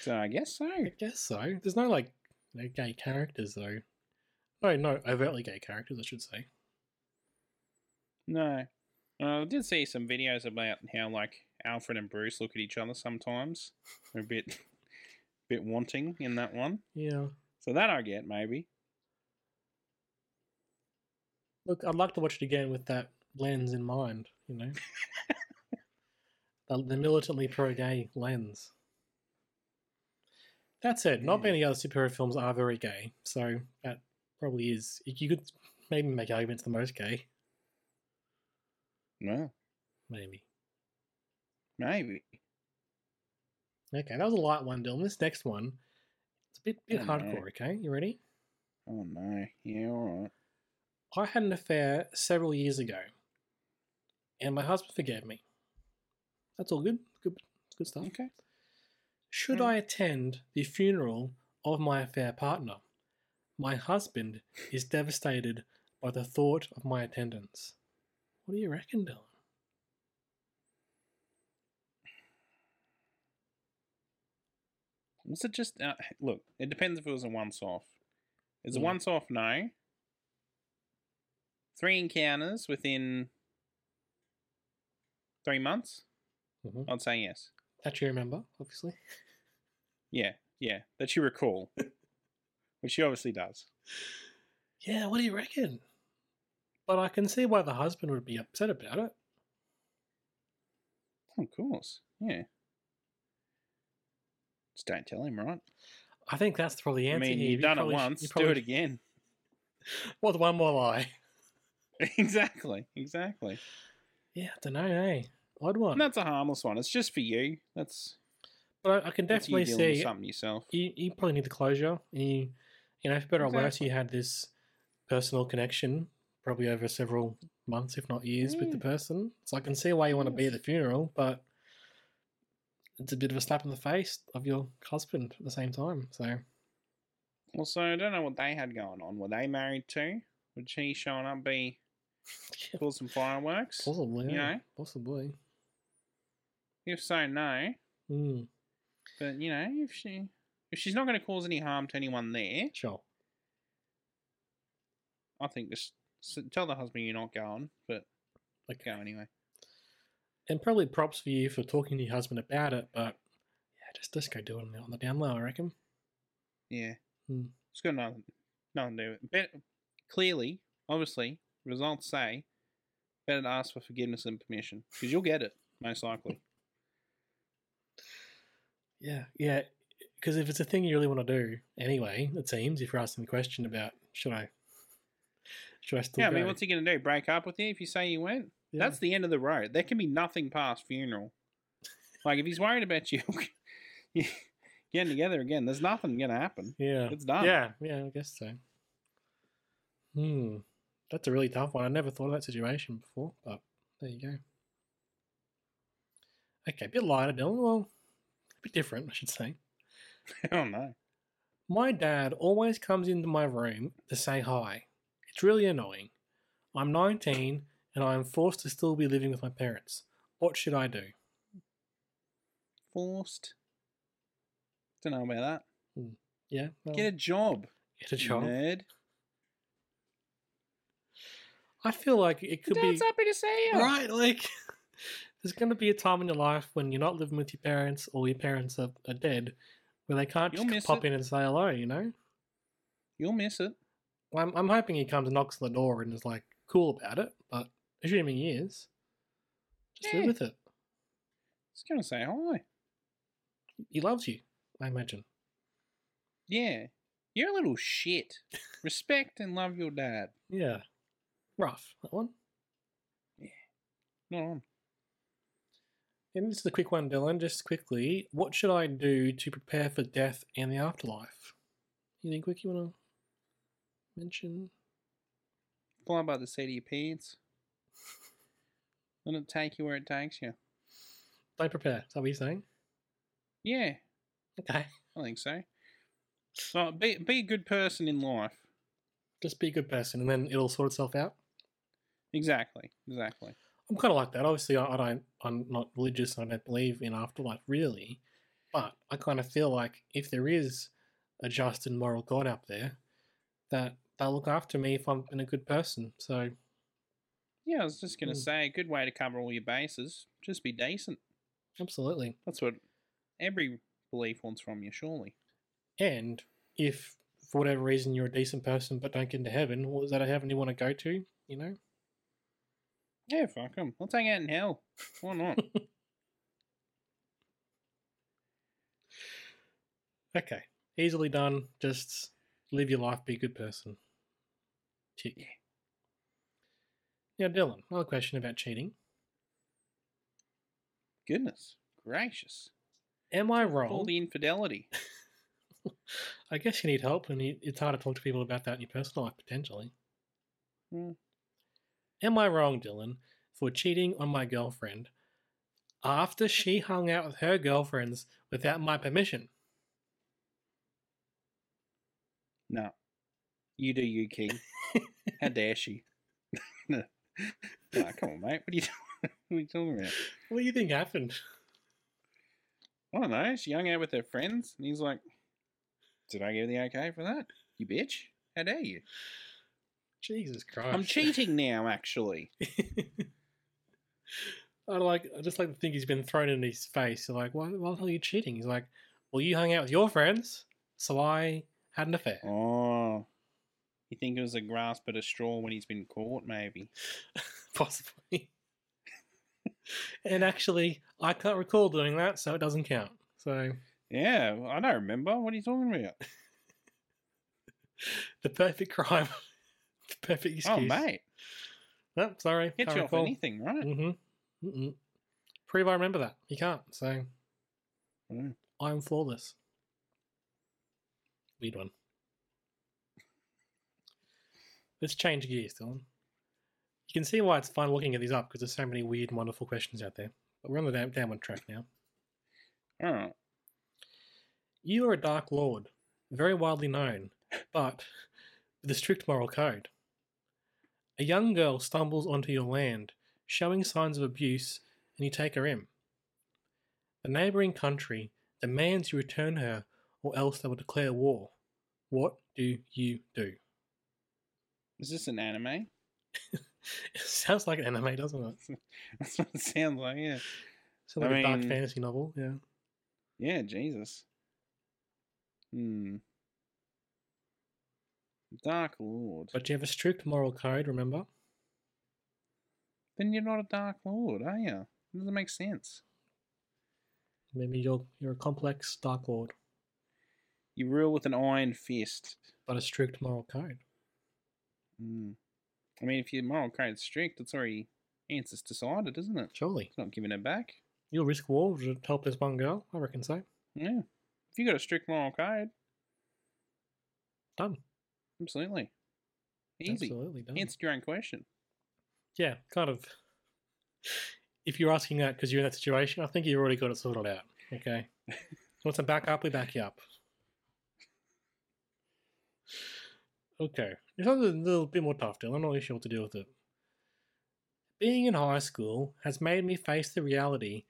So I guess so. I guess so. There's no like no gay characters though. Oh no, overtly gay characters, I should say. No. Uh, I did see some videos about how like Alfred and Bruce look at each other sometimes. They're a bit bit wanting in that one. Yeah. So that I get maybe. Look, I'd like to watch it again with that lens in mind. You know, the, the militantly pro-gay lens. That said, not many other superhero films are very gay, so that probably is. You could maybe make arguments the most gay, No. maybe. Maybe. Okay, that was a light one, Dylan. This next one, it's a bit bit Oh, no. hardcore. Okay, you ready? Oh no. Yeah, alright. I had an affair several years ago, and my husband forgave me. That's all good. Good, good stuff. Okay. Should Mm. I attend the funeral of my affair partner? My husband is devastated by the thought of my attendance. What do you reckon, Dylan? Was it just uh, look, it depends if it was a once off. Is a Yeah. once off no. Three encounters within three months? Mhm. I'd say yes. That you remember, obviously. Yeah, yeah. That you recall. Which she obviously does. Yeah, what do you reckon? But I can see why the husband would be upset about it. Oh, Of course. Yeah. Just don't tell him, right? I think that's probably the I answer. mean, here. you've done it probably sh- once, you probably do it sh- again. What's one more lie? exactly, exactly. Yeah, I don't know, eh? Odd one. And that's a harmless one. It's just for you. That's, but I can that's you definitely dealing with see something yourself. you, you probably need the closure. You, you know, for better or worse, Exactly. you had this personal connection, probably over several months, if not years, with the Yeah. person. So I can see why you want to be at the funeral, but it's a bit of a slap in the face of your husband at the same time. So Also, I don't know what they had going on. Were they married too? Would she showing up be pull some fireworks? Possibly. You yeah. know? Possibly. If so, no. Mm, But you know, if she if she's not going to cause any harm to anyone there, sure. I think just s- tell the husband you're not going, but Okay. go anyway. And probably props for you for talking to your husband about it, but yeah, just just go do it on the- on the down low, I reckon. Yeah, Hmm. it's got nothing nothing to do with it. But clearly, obviously, results say better to ask for forgiveness than permission because you'll get it most likely. Yeah, yeah. Because if it's a thing you really want to do anyway, it seems if you're asking the question about should I, should I still? yeah, I mean, go? what's he going to do? Break up with you if you say you went? Yeah. That's the end of the road. There can be nothing past funeral. Like if he's worried about you getting together again, there's nothing going to happen. Yeah, It's done. Yeah, yeah, I guess so. Hmm, that's a really tough one. I never thought of that situation before, but there you go. Okay, a bit lighter, Dylan. Well, a bit different, I should say. I don't know. My dad always comes into my room to say hi. It's really annoying. I'm 19 and I am forced to still be living with my parents. What should I do? Forced. Don't know about that. Yeah, well, Get a job. get a job. Nerd. I feel like it could be happy to see right. Like, there's going to be a time in your life when you're not living with your parents or your parents are, are dead, where they can't You'll miss just pop it. in and say hello. You know, You'll miss it. I'm, I'm hoping he comes and knocks on the door and is like cool about it. But assuming he is, just Yeah. live with it. It's gonna say hi. He loves you, I imagine. Yeah. You're a little shit. Respect and love your dad. Yeah. Rough, that one. Not on. And this is a quick one, Dylan, just quickly. What should I do to prepare for death and the afterlife? Anything quick you want to mention? Fly by the seat of your pants. Let it take you where it takes you. Don't prepare. Is that what you're saying? Yeah, Okay. I think so. So be be a good person in life. Just be a good person and then it'll sort itself out. Exactly. Exactly. I'm kind of like that. Obviously, I, I don't, I'm not religious and I don't believe in afterlife really, but I kind of feel like if there is a just and moral God up there, that they'll look after me if I'm been a good person. So, Yeah, I was just gonna Mm. say a good way to cover all your bases. Just be decent. absolutely. That's what every belief wants from you, surely. And if for whatever reason you're a decent person but don't get into heaven, well, is that a heaven you want to go to? You know? Yeah, fuck 'em. Let's hang out in hell. Why not? Okay. Easily done. Just live your life, be a good person. Cheat. Now, Dylan, another question about cheating. Goodness gracious. Am I All wrong? the infidelity. I guess you need help, and you- it's hard to talk to people about that in your personal life, potentially. Hmm. Am I wrong, Dylan, for cheating on my girlfriend after she hung out with her girlfriends without my permission? No. You do you, King. How dare she? no. Nah, come on, mate. What are you what are you talking about? What do you think happened? I don't know. She hung out with her friends, and he's like, "Did I give the okay for that? You bitch! How dare you? Jesus Christ! I'm cheating now, actually. I like. I just like to think he's been thrown in his face. They're like, why, why the hell are you cheating? He's like, well, you hung out with your friends, so I had an affair. Oh, you think it was a grasp at a straw when he's been caught? Maybe. possibly. and actually, I can't recall doing that, so it doesn't count. So Yeah, well, I don't remember. What are you talking about? Oh, the perfect crime, the perfect excuse. Oh, mate, No, sorry, get you off anything, right? Mm-hmm. Mm-mm. Prove I remember that. You can't. So Mm. I'm flawless. Weird one. Let's change gears, Dylan. You can see why it's fun looking at these up because there's so many weird, and wonderful questions out there. But we're on the damn, damn one track now. All right. You are a Dark Lord, very widely known, but with a strict moral code. A young girl stumbles onto your land, showing signs of abuse, and you take her in. The neighbouring country demands you return her, or else they will declare war. What do you do? Is this an anime? It sounds like an anime, doesn't it? That's what it sounds like. Yeah. Sounds like I a dark mean- fantasy novel. Yeah. Yeah. Jesus. Hmm. Dark Lord. But you have a strict moral code, remember? then you're not a Dark Lord, are you? It doesn't make sense. Maybe you're you're a complex dark lord, You rule with an iron fist. but a strict moral code. Mm. I mean, if your moral code's strict, it's already answers decided, isn't it? Surely. It's not giving it back. You'll risk war to help this one girl, I reckon so. Yeah. If you got a strict moral code, Done. absolutely. Easy. Absolutely done. Answer your own question. yeah, kind of. If you're asking that because you're in that situation, I think you've already got it sorted out. Okay. You Want some back up? We back you up. Okay. It's a little bit more tough, Dylan. I'm not really sure what to do with it. Being in high school has made me face the reality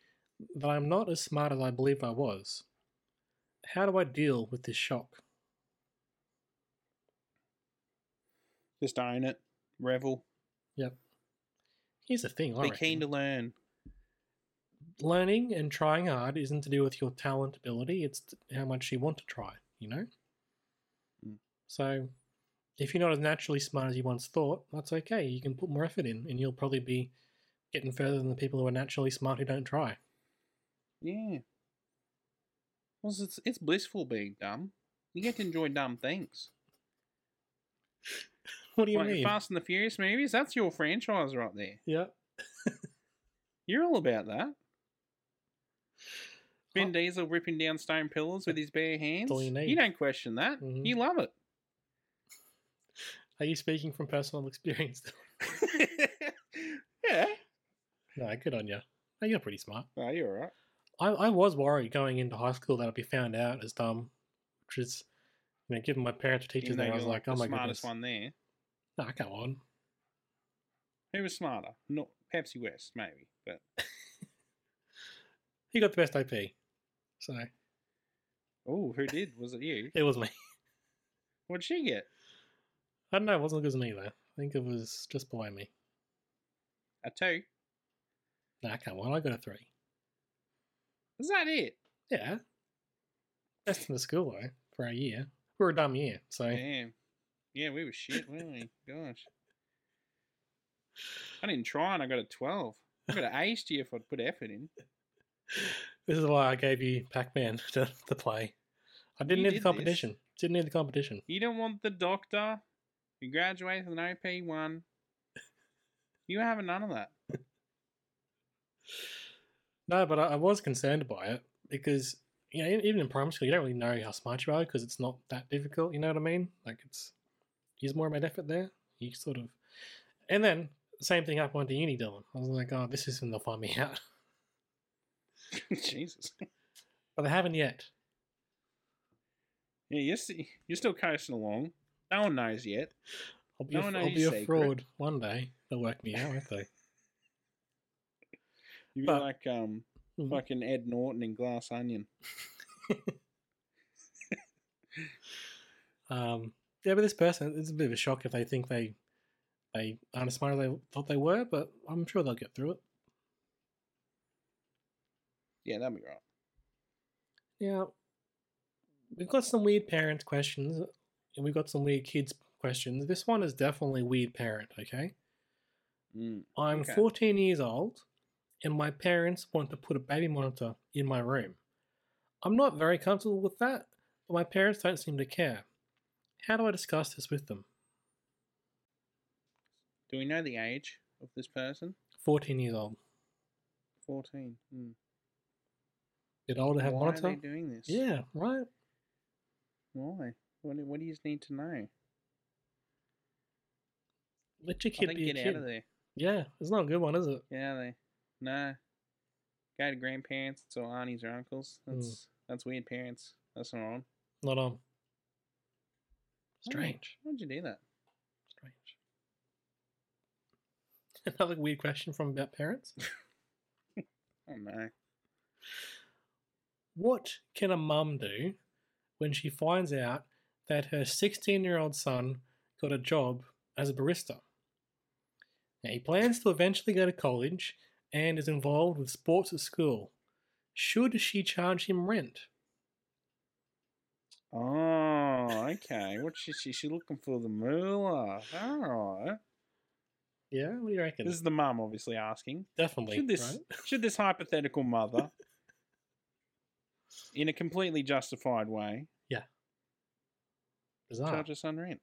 that I'm not as smart as I believed I was. How do I deal with this shock? Just own it. Revel. Yep. Here's the thing. I Be reckon. keen to learn. learning and trying hard isn't to do with your talent ability it's t- how much you want to try you know Mm. so if you're not as naturally smart as you once thought that's okay you can put more effort in and you'll probably be getting further than the people who are naturally smart who don't try Yeah. Well, it's, it's blissful being dumb. You get to enjoy dumb things. what do you like mean Fast and the Furious movies, that's your franchise right there. yeah You're all about that. Vin Diesel ripping down stone pillars with his bare hands. all you need. don't question that. Mhm. You love it. are you speaking from personal experience yeah. no good on you no, you're pretty smart Oh, you're all right. I, I was worried going into high school that I'd be found out as dumb which is you know given my parents were teachers Even though there, I you're was like the oh my goodness smartest one there. nah come on Who was smarter? Not Pepsi West, maybe. But he got the best IP. So oh, who did? Was it you? it was me. What'd she get? I don't know, it wasn't as good as me though. I think it was just below me. A two. Nah, come on, I got a three. Is that it? Yeah. Best in the school though, for a year. We were a dumb year, so Damn. Yeah, we were shit, weren't we? Gosh. I didn't try and I got a 12. I got an ace to you if I'd put effort in. this is why I gave you Pac Man to, to play. I didn't need You did the this. competition. Didn't need the competition. You don't want the doctor who graduates with an OP one. You have none of that. No, but I, I was concerned by it because you know, e- even in primary school, you don't really know how smart you are because it's not that difficult. You know what I mean? Like it's use more of an effort there. You sort of, and then same thing happened to uni, Dylan. I was like, oh, this is when they'll find me out, Jesus. but they haven't yet. Yeah, you're, st- you're still coasting along. No one knows yet. I'll be, No a, one f- I'll knows be your a secret. fraud one day. They'll work me out, won't they? You'd be But- like um, Mhm. fucking Ed Norton in Glass Onion. Um, yeah, but this person, it's a bit of a shock if they think they they aren't as smart as they thought they were. But I'm sure they'll get through it. Yeah, that'd be right. Yeah. We've got some weird parent questions and we've got some weird kids questions. This one is definitely weird parent, okay? Mm. I'm Okay. 14 years old and my parents want to put a baby monitor in my room. I'm not very comfortable with that, but my parents don't seem to care. How do I discuss this with them? Do we know the age of this person? 14 years old. 14. Mm. Did older have Why monitor? are they doing this? Yeah, right? Why? What, do- what do you need to know? Let your I kid think be a get kid. out of there. Yeah, it's not a good one, is it? Get out of there. Nah. Go to grandparents. It's all aunties or uncles. Mm. That's that's weird parents. That's not on. Not Hmm. on. Strange. Why would you do that? Strange. Another weird question from about parents. Oh no. What can a mum do when she finds out that her 16 year old son got a job as a barista? Now, he plans to eventually go to college and is involved with sports at school. Should she charge him rent? Oh, okay. What's she? she she looking for the moolah. All right. Yeah, what do you reckon? This is the mum obviously asking. Definitely. Should this right? should this hypothetical mother, in a completely justified way, Bizarre. charge Uh, us on rent?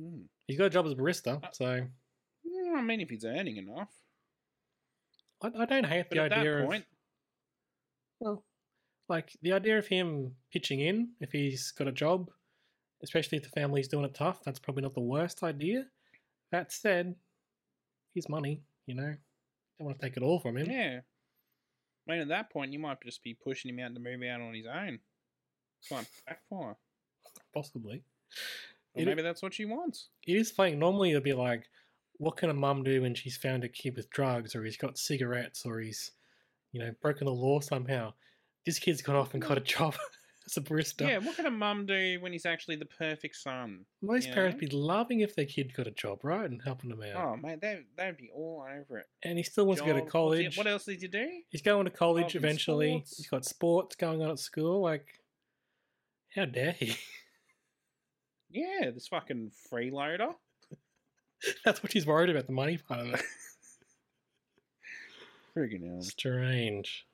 Hmm. He's got a job as a barista, so Well, I mean, if he's earning enough, I, I don't hate but the at idea that of point, Well, like the idea of him pitching in if he's got a job, especially if the family's doing it tough, that's probably not the worst idea. That said, his money, you know, don't want to take it all from him. yeah. I mean, at that point, you might just be pushing him out to move out on his own. It's like backfire. Possibly. Or It- maybe that's what she wants. It is funny. Normally, it'd be like, what can a mum do when she's found a kid with drugs or he's got cigarettes or he's, you know, broken the law somehow? This kid's gone off and got a job as a barista. Yeah, what can a mum do when he's actually the perfect son? Most you parents know? be loving if their kid got a job, right, and helping them out. Oh, mate, they, they'd be all over it. And he still wants to go Job, to what's it- college. What else did you do? He's going to college Involved in eventually. sports. He's got sports going on at school. Like, how dare he? Yeah, this fucking freeloader. That's what he's worried about the money part of it. Friggin' hell. Strange.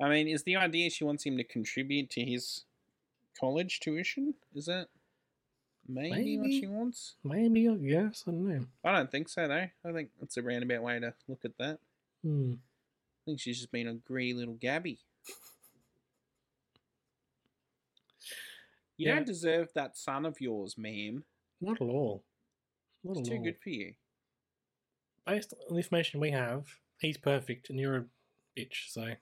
I mean, is the idea she wants him to contribute to his college tuition? Is that maybe, what Maybe. she wants? Maybe, I guess. I don't know. I don't think so, though. I think that's a roundabout way to look at that. I Hmm. think she's just been a greedy little Gabby. You Yeah. don't deserve that son of yours, ma'am. Not at all. Not It's at too all. good for you. Based on the information we have, he's perfect and you're a bitch, so.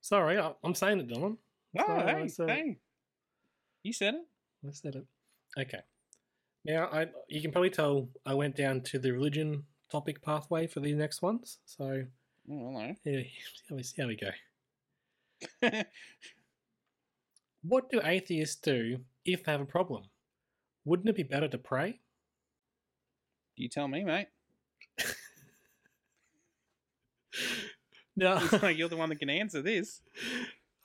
Sorry, I, I'm saying it, Dylan. Oh, So, hey, so- hey. You said it. I said it. Okay. Now, I you can probably tell I went down to the religion topic pathway for these next ones, so. Oh, hello. Yeah, see how we, see how we go. What do atheists do if they have a problem? Wouldn't it be better to pray? you tell me, mate. No, It's like you're the one that can answer this.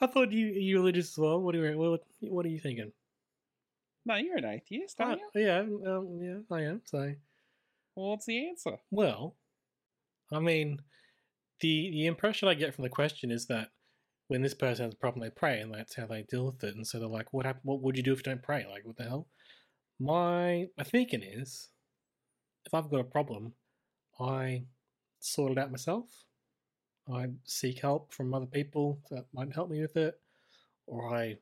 I thought you you religious as well. What are you what, what are you thinking? No, you're an atheist, aren't you? Uh, yeah, um, yeah, I am. So, Well, what's the answer? well, I mean, the the impression I get from the question is that when this person has a problem, they pray, and that's how they deal with it. And so they're like, "What hap- What would you do if you don't pray? Like, what the hell?" My my thinking is, if I've got a problem, I sort it out myself. I seek help from other people that might help me with it, or I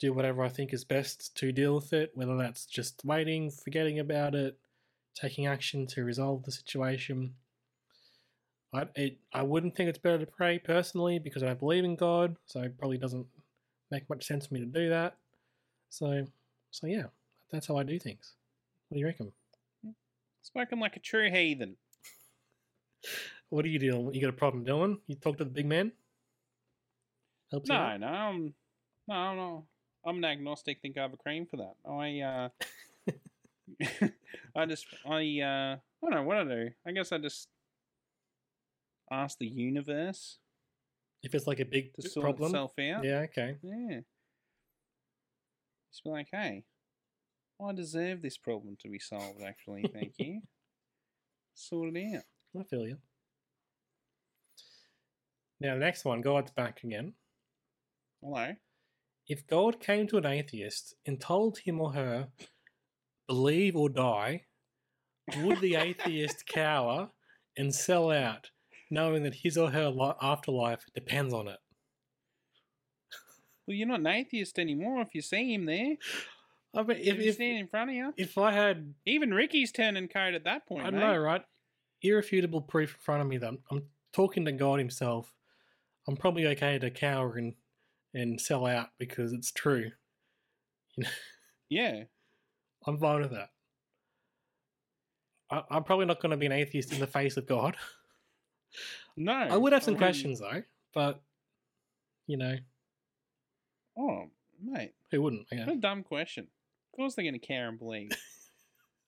do whatever I think is best to deal with it, whether that's just waiting, forgetting about it, taking action to resolve the situation. I it, I wouldn't think it's better to pray personally because I believe in God, so it probably doesn't make much sense for me to do that. So, so yeah, that's how I do things. What do you reckon? Spoken like a true heathen. What are you doing? You got a problem, Dylan? You talk to the big man. Helps you No, out? no, I'm, no, I'm not. I'm an agnostic. Think I have a cream for that. I, uh, I just, I, uh, I don't know what I do. I guess I just ask the universe If it's like a big to b- sort problem, itself out. yeah, okay. Yeah. Just be like, hey, I deserve this problem to be solved, actually. Thank you. Sort it out. I feel you. Now, the next one, God's back again. Hello. If God came to an atheist and told him or her, believe or die, would the atheist cower and sell out, knowing that his or her li- afterlife depends on it? Well, you're not an atheist anymore if you see him there. I mean, If, if, he's if, standing in front of you. if I had, Even Ricky's turning code at that point. I mate. know, right? Irrefutable proof in front of me that I'm, I'm talking to God Himself, I'm probably okay to cower and, and sell out because it's true. Yeah. I'm fine with that. I, I'm probably not going to be an atheist in the face of God. No. I would have some mean- questions though, but you know, Oh, mate. who wouldn't? I What a guess. dumb question. Of course they're going to care and believe.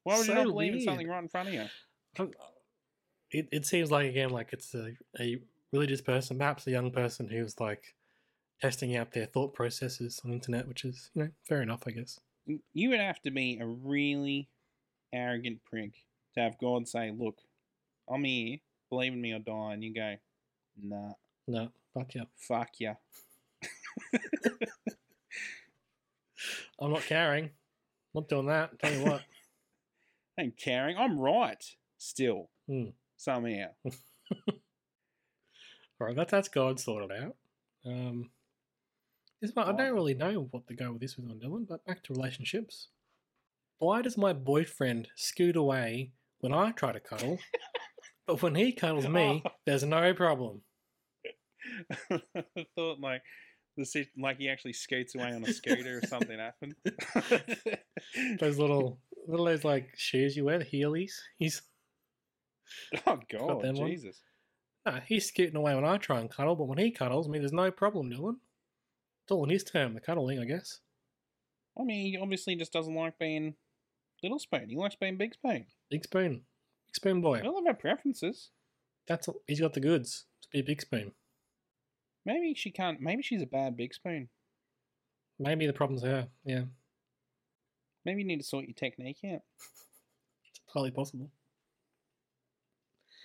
Why would So you not believe weird. in something right in front of you? Um, It it seems like again like it's a, a religious person, perhaps a young person who's like testing out their thought processes on the internet, which is you know fair enough, I guess. Y- You would have to be a really arrogant prick to have God say, look, I'm here, believe in me or die. And you go, nah, No, fuck yeah, fuck ya. I'm not caring. Not doing that. Tell you what, I ain't caring. I'm right still, Hmm. somehow. all right, that that's God sorted out. Um, this one, I don't really know what to go with this with on Dylan, but back to relationships. Why does my boyfriend scoot away when I try to cuddle, but when he cuddles me, there's no problem? I thought like the sit- like he actually skates away on a scooter or something happened. Those little, little those like shoes you wear, the Heelys. He's oh god, them ones. Jesus! nah, ah, he's scooting away when I try and cuddle, but when he cuddles me, there's no problem, Dylan. It's all in his term, the cuddling, I guess. I mean, he obviously just doesn't like being little spoon. He likes being big spoon. Big spoon, big spoon We boy. all have our preferences. That's all- he's got the goods to be a big spoon. Maybe she can't. Maybe she's a bad big spoon. Maybe the problem's her. Yeah, Maybe you need to sort your technique out. it's highly possible.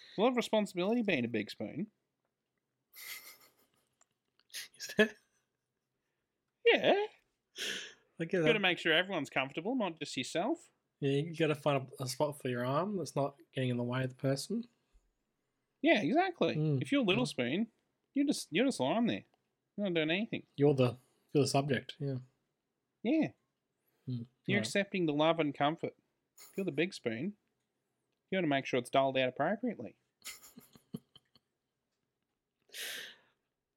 It's a lot of responsibility being a big spoon. Is there? Yeah, I get you got to that. make sure everyone's comfortable, not just yourself. uh, Yeah, you got to find a, a spot for your arm that's not getting in the way of the person. Yeah, exactly. Mm, If you're a little spoon, you just you're just lying there. You're not doing anything. You're the you're the subject. Yeah. Yeah. Mm, You're right. accepting the love and comfort. If you're the big spoon, you got to make sure it's doled out appropriately.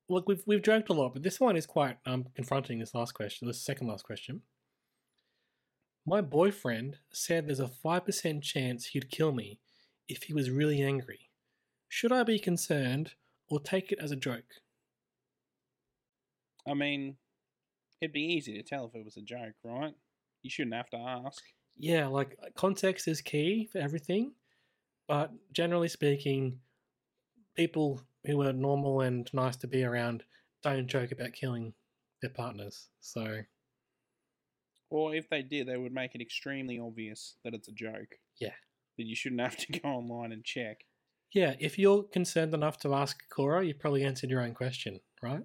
Look, we've we've joked a lot, but this one is quite um, confronting. This last question, this second last question. My boyfriend said there's a five percent chance he'd kill me if he was really angry. Should I be concerned or take it as a joke? I mean, it'd be easy to tell if it was a joke, right? You shouldn't have to ask. Yeah, like uh, context is key for everything, but generally speaking, people who are normal and nice to be around don't joke about killing their partners. So Or if they did, they would make it extremely obvious that it's a joke. Yeah. That you shouldn't have to go online and check. Yeah, if you're concerned enough to ask Cora, you've probably answered your own question, right?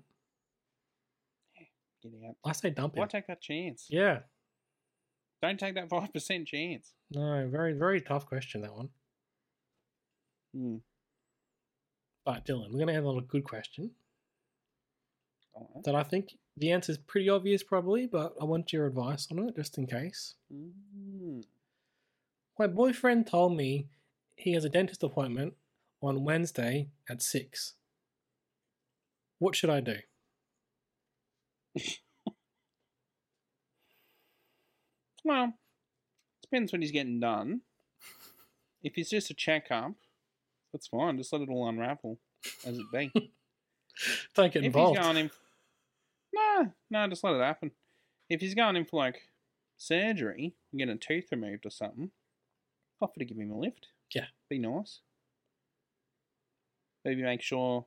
Get out. I say dump Why him. take that chance? Yeah, Don't take that 5% chance. no, very, very tough question, that one. Hmm. But Dylan, we're going to end on a good question Alright. that I think the answer's pretty obvious, probably, but I want your advice on it just in case. Mm. My boyfriend told me he has a dentist appointment on Wednesday at 6. What should I do? Well, depends when he's getting done. If it's just a checkup, that's fine. Just let it all unravel as it be. Don't get if involved. he's going in, no, no, just let it happen. If he's going in for like surgery, and getting a tooth removed or something, offer to give him a lift. Yeah. be nice. Maybe make sure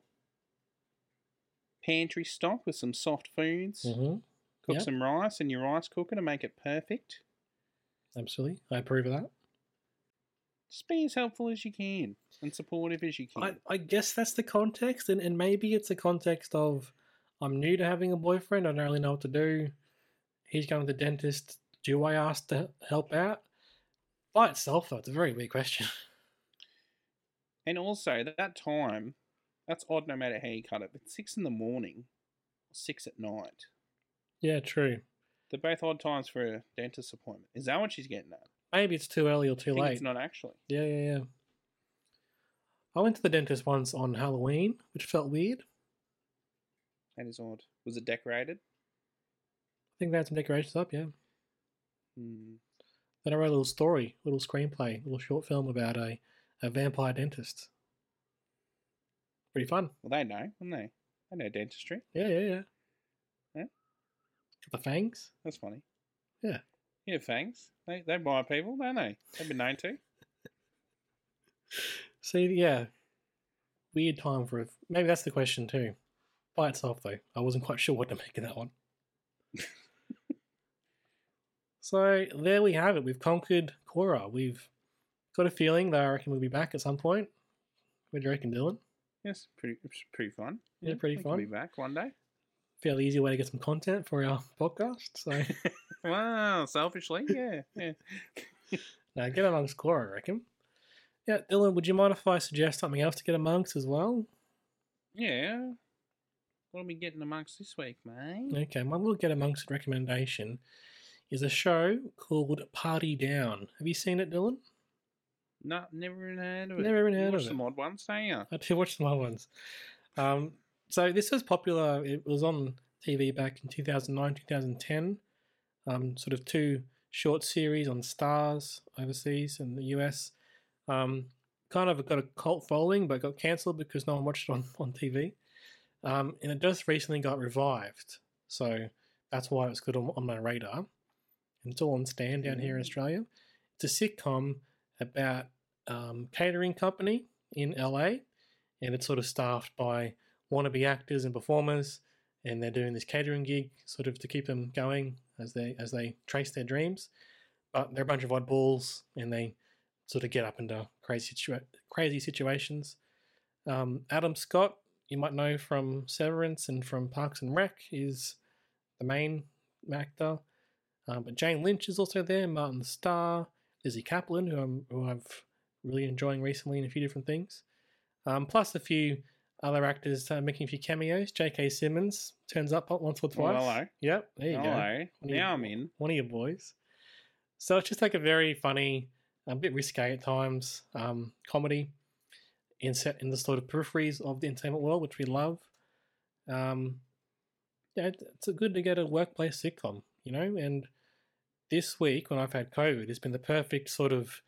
pantry stock with some soft foods. Mhm, Cook Yep. some rice in your rice cooker to make it perfect. Absolutely. I approve of that. just be as helpful as you can and supportive as you can. I, I guess that's the context, and, and maybe it's a context of I'm new to having a boyfriend, I don't really know what to do. He's going to the dentist. Do I ask to help out? By itself, though, it's a very weird question. and also, that, that time, that's odd no matter how you cut it. But six in the morning, six at night, yeah, true. they're both odd times for a dentist appointment. Is that what she's getting at? Maybe it's too early or I too think late. It's not actually. Yeah, yeah, yeah. I went to the dentist once on Halloween, which felt weird. I That is odd. Was it decorated? think they had some decorations up, yeah. Hmm. Then I wrote a little story, a little screenplay, a little short film about a, a vampire dentist. Pretty fun. Well, they know, don't they? They know dentistry. Yeah, yeah, yeah. Yeah. Got the fangs. That's funny. Yeah. Yeah, thanks. They, they buy people, don't they? They've been known to. See, yeah. Weird time for a. Maybe that's the question too. By itself, though, I wasn't quite sure what to make of that one. so there we have it. We've conquered Korra. We've got a feeling that I reckon we'll be back at some point. What do you reckon, Dylan? Yes, pretty, it's pretty fun. Yeah, pretty they could Be fun. back one day. Fairly easy way to get some content for our podcast. So Wow, selfishly, yeah, yeah. now get amongst Korra, I reckon. Yeah, Dylan, would you mind if I suggest something else to get amongst as well? Yeah. What are we getting amongst this week, mate? Okay, my little get amongst recommendation is a show called Party Down. Have you seen it, Dylan? No, never even heard of it. Never even You heard watch of some it. odd ones, don't you? I did watch some other ones. Um, so this was popular. It was on TV back in 2009, 2010. Um, sort of two short series on stars overseas in the US. Um, kind of got a cult following, but got cancelled because no one watched it on, on TV. Um, and it just recently got revived. So that's why it's good on, on my radar. And it's all on stand down here in Australia. It's a sitcom about um, catering company in LA and it's sort of staffed by wannabe actors and performers, and they're doing this catering gig sort of to keep them going as they as they trace their dreams. But uh, they're a bunch of oddballs, and they sort of get up into crazy situa- crazy situations. Um, Adam Scott, you might know from Severance and from Parks and Rec, is the main actor. Um, but Jane Lynch is also there. Martin Starr, Lizzie Kaplan, who I'm who I've really enjoying recently in a few different things um, plus a few other actors uh, making a few cameos. J.K. Simmons turns up once or Well, twice. hello. Yep, there you go. Hello. What do you- Now I'm in. One of your boys. So it's just like a very funny, a bit risque at times, um, comedy, in set in the sort of peripheries of the entertainment world, which we love. Um, yeah, it- it's a good to get a workplace sitcom, you know. And this week, when I've had COVID, it's been the perfect sort of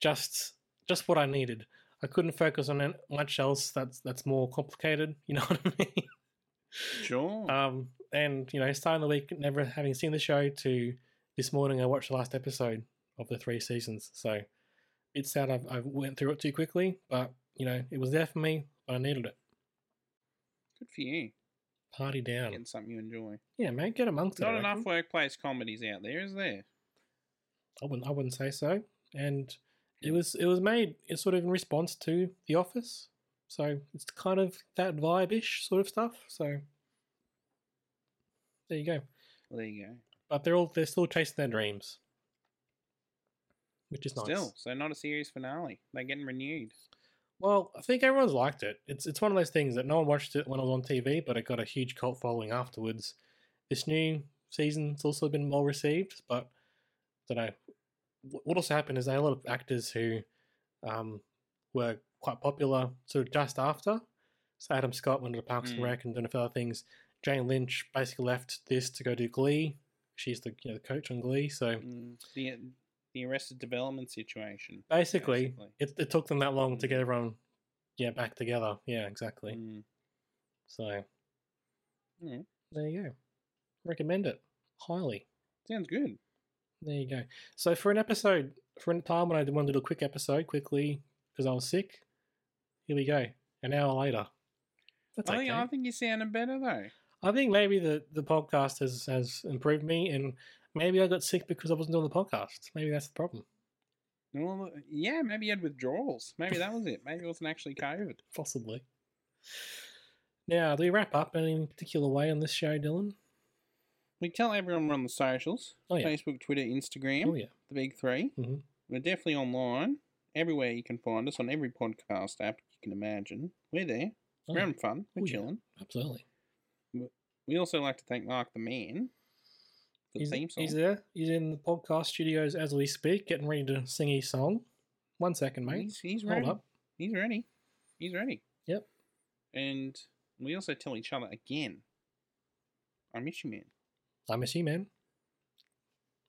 just just what I needed. I couldn't focus on an- much else that's that's more complicated. You know what I mean? Sure. Um, and you know, starting the week never having seen the show to this morning, I watched the last episode of the three seasons. So it's sad I've, I went through it too quickly, but you know, it was there for me, but I needed it. Good for you. Party down, Getting something you enjoy. yeah, man, get amongst it. Not I enough reckon. workplace comedies out there, is there? I wouldn't, I wouldn't say so. And it was, it was made it's sort of in response to The Office, so it's kind of that vibe-ish sort of stuff. So there you go. Well, there you go. But they're all they're still chasing their dreams, which is nice. Still, so not a series finale. They're getting renewed. Well, I think everyone's liked it. It's it's one of those things that no one watched it when it was on TV, but it got a huge cult following afterwards. This new season's also been well received, but I don't know. Wh- What also happened is they had a lot of actors who um, were quite popular sort of just after. So Adam Scott went to Parks and Mm. Rec and done a few other things. Jane Lynch basically left this to go do Glee. She's the you know the coach on Glee, so Mm. The the Arrested Development situation. basically, Basically. Mm-hmm. It, it took them that long to get everyone yeah back together. Yeah, exactly. Mm. So Yeah. there you go. Recommend it highly. Sounds good. There you go. So for an episode, for a time when I did one little quick episode quickly because I was sick, here we go. An hour later. That's I okay. think, I think you're sounding better though. I think maybe the, the podcast has, has improved me and maybe I got sick because I wasn't doing the podcast. Maybe that's the problem. Well, uh, yeah, maybe you had withdrawals. Maybe that was it. Maybe it wasn't actually COVID. Possibly. Now, do we wrap up in any particular way on this show, Dylan? We tell everyone we're on the socials Oh, yeah. Facebook, Twitter, Instagram, Oh, yeah. the big 3 Mhm. We're definitely online, everywhere you can find us, on every podcast app you can imagine. We're there. Oh, We're yeah. having fun. We're Oh, yeah. chilling. Absolutely. We also like to thank Mark the Man for the he's, theme song. he's there. He's in the podcast studios as we speak, getting ready to sing his song. One second, mate. He's- he's Hold ready. up. He's ready. He's ready. Yep. And we also tell each other again, I miss you, man. I miss you, man.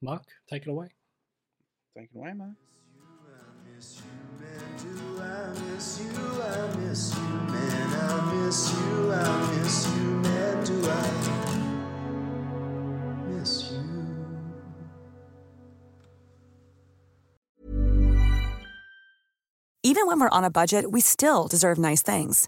Mark, take it away. Take it away, Mark. I miss you, man. Do I miss you? I miss you, man. I miss you. I miss you, man. Do I miss you? Even when we're on a budget, we still deserve nice things.